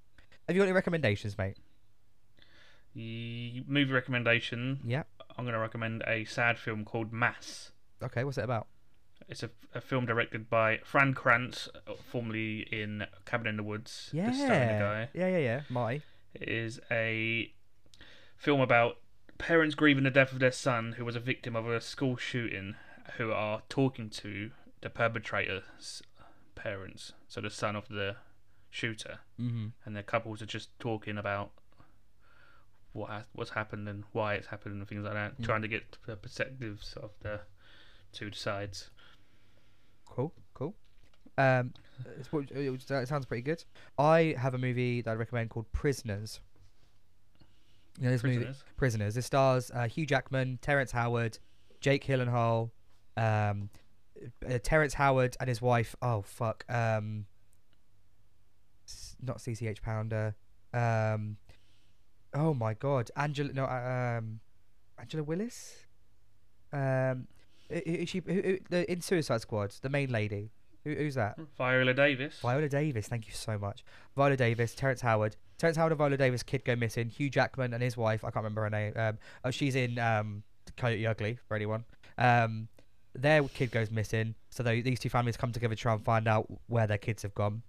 S2: have you got any recommendations, mate?
S1: Y- movie recommendation.
S2: Yeah.
S1: I'm going to recommend a sad film called Mass.
S2: Okay, what's it about?
S1: It's a, a film directed by Fran Krantz, formerly in Cabin in the Woods. the
S2: Yeah.
S1: stoner guy.
S2: Yeah, yeah, yeah. My.
S1: is a film about parents grieving the death of their son who was a victim of a school shooting who are talking to the perpetrator's parents so the son of the shooter
S2: Mm-hmm.
S1: and the couples are just talking about what ha- what's happened and why it's happened and things like that
S2: Mm.
S1: trying to get the perspectives of the two sides
S2: Cool, cool. Um, it's, what- it was- it sounds pretty good. I have a movie that I recommend called Prisoners. You know this movie,
S1: prisoners
S2: Prisoners. It stars uh, Hugh Jackman, Terrence Howard, Jake Hillenhall, um, uh, Terrence Howard and his wife. Oh fuck. Um, s- not CCH Pounder. Um, oh my god, Angela. No, uh, um, Angela Willis. Um, who- who- she who, who, the, in Suicide Squad, the main lady. Who, who's that?
S1: viola davis
S2: Viola Davis, thank you so much. Viola Davis, Terrence Howard, Terrence Howard and Viola Davis, kid go missing. Hugh Jackman and his wife, I can't remember her name. Um, oh, she's in um, Coyote Ugly for anyone. Um, their kid goes missing, so they, these two families come together to try and find out where their kids have gone.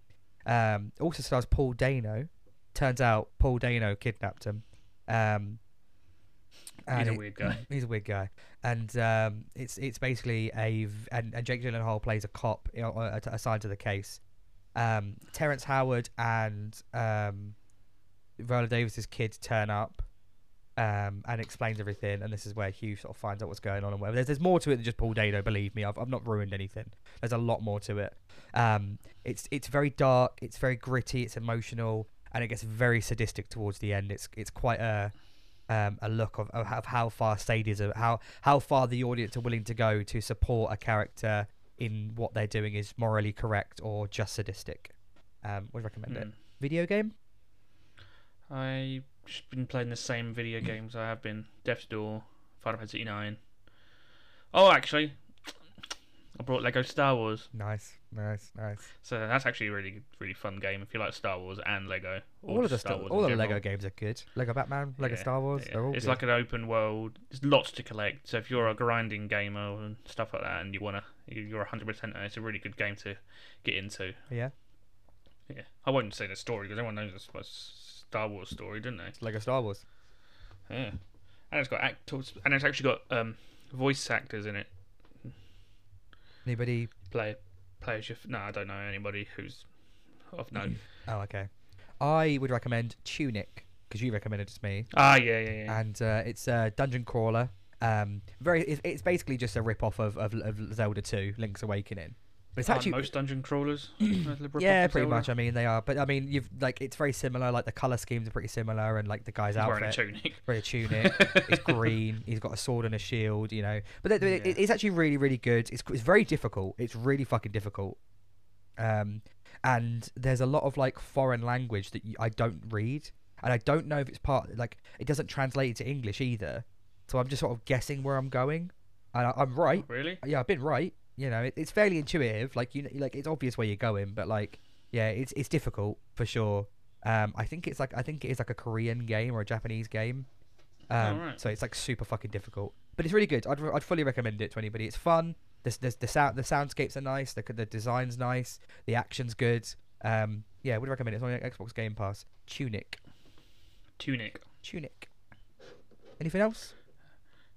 S2: Um, also stars Paul Dano. Turns out Paul Dano kidnapped him. Um,
S1: he's
S2: and
S1: a
S2: it-
S1: weird guy
S2: He's a weird guy, and um, it's it's basically a v- and, and Jake Gyllenhaal plays a cop you know, uh, assigned to the case. Um, Terrence Howard and um, Viola Davis's kid turn up um, and explains everything, and this is where Hugh sort of finds out what's going on and whatever. There's, there's more to it than just Paul Dano. Believe me, I've, I've not ruined anything. There's a lot more to it. Um, it's it's very dark, it's very gritty, it's emotional, and it gets very sadistic towards the end. It's it's quite a um, a look of, of, of how far sadism, how how far the audience are willing to go to support a character in what they're doing is morally correct or just sadistic. Um, would recommend it.
S1: Mm.
S2: Video game?
S1: I've just been playing the same video
S2: Hmm.
S1: games I have been. Death's Door, Final Fantasy Nine. Oh, actually, I brought Lego Star Wars,
S2: Nice, nice, nice.
S1: so that's actually a really, really fun game if you like Star Wars and Lego. or
S2: all of
S1: just
S2: the
S1: Star
S2: Star,
S1: Wars
S2: all
S1: in
S2: the Lego
S1: general.
S2: games are good. Lego Batman, Lego
S1: Yeah,
S2: Star Wars,
S1: yeah.
S2: they're all
S1: it's
S2: good.
S1: like an open world. There's lots to collect. So if you're a grinding gamer and stuff like that, and you wanna, you're 100. percent It's a really good game to get into.
S2: yeah,
S1: Yeah, I won't say the story because everyone knows the s- Star Wars story, don't they?
S2: Lego Star Wars.
S1: Yeah. And it's got actors, and it's actually got um, voice actors in it.
S2: Anybody?
S1: Play, players. You, no, I don't know anybody who's of note.
S2: Oh, okay. I would recommend Tunic because you recommended it to me,
S1: ah, yeah, yeah, yeah.
S2: and uh, it's a dungeon crawler. Um, very. It's, it's basically just a rip off of, of, of Zelda 2: Link's Awakening. But it's
S1: Aren't
S2: actually
S1: most dungeon crawlers. yeah,
S2: yeah, pretty much. I mean, they are, but I mean, you've like it's very similar. Like the color schemes are pretty similar, and like the guy's
S1: He's
S2: outfit.
S1: wearing a tunic.
S2: Very tunic. it's green. He's got a sword and a shield, you know. But th- th- it-
S1: Yeah.
S2: it's actually really, really good. It's it's very difficult. It's really fucking difficult. Um, and there's a lot of like foreign language that you, I don't read, and I don't know if it's part like it doesn't translate into English either. So I'm just sort of guessing where I'm going, and I, I'm right.
S1: Really?
S2: Yeah, I've been right. You know, it, it's fairly intuitive. Like you, kn- like it's obvious where you're going, but like, yeah, it's it's difficult for sure. Um, I think it's like I think it is like a Korean game or a Japanese game. Um,
S1: right.
S2: so it's like super fucking difficult, but it's really good. I'd, re- I'd fully recommend it to anybody. It's fun. There's, there's the sound the soundscapes are nice. The c- the design's nice. The action's good. Um, yeah, would recommend it. It's on Xbox Game Pass. Tunic,
S1: Tunic.
S2: Tunic. Anything else?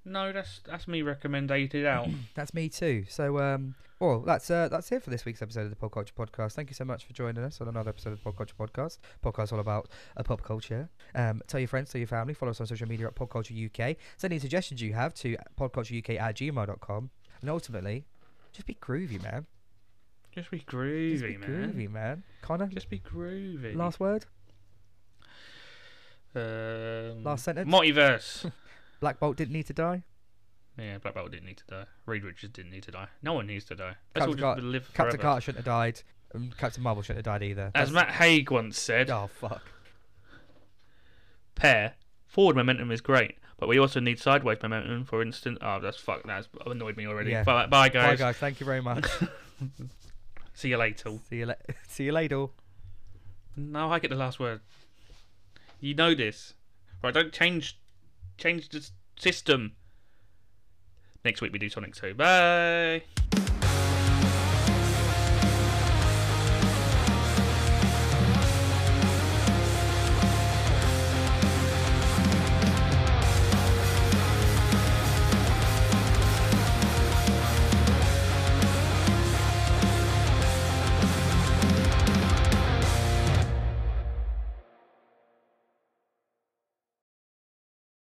S1: No, that's that's me recommended out.
S2: That's me too. So, um, well, that's uh, that's it for this week's episode of the Pop Culture Podcast. Thank you so much for joining us on another episode of the Pop Culture Podcast. Podcast all about uh, pop culture. Um, tell your friends, tell your family. Follow us on social media at Pop Culture UK. Send any suggestions you have to podcultureuk at gmail.com. And ultimately, just be groovy, man.
S1: Just be
S2: Just
S1: groovy,
S2: be
S1: man.
S2: groovy, man. Connor,
S1: Just be groovy.
S2: last word.
S1: um,
S2: last sentence?
S1: Multiverse.
S2: Black Bolt didn't need to die.
S1: yeah, Black Belt didn't need to die. Reed Richards didn't need to die. No one needs to die. Let's all
S2: Captain
S1: just
S2: Car-
S1: live
S2: Captain
S1: forever.
S2: Carter shouldn't have died. Um, Captain Marvel shouldn't have died either.
S1: As Matt Haig once said,
S2: oh fuck.
S1: pair. Forward momentum is great, but we also need sideways momentum. For instance, oh, that's fuck. That's annoyed me already.
S2: Yeah.
S1: Bye, bye,
S2: Bye
S1: guys.
S2: guys. Thank you very much.
S1: See you later.
S2: see you. La- see you later.
S1: Now I get the last word. You know this, right? Don't change, change the s- system. Next week we do Sonic Two. Bye.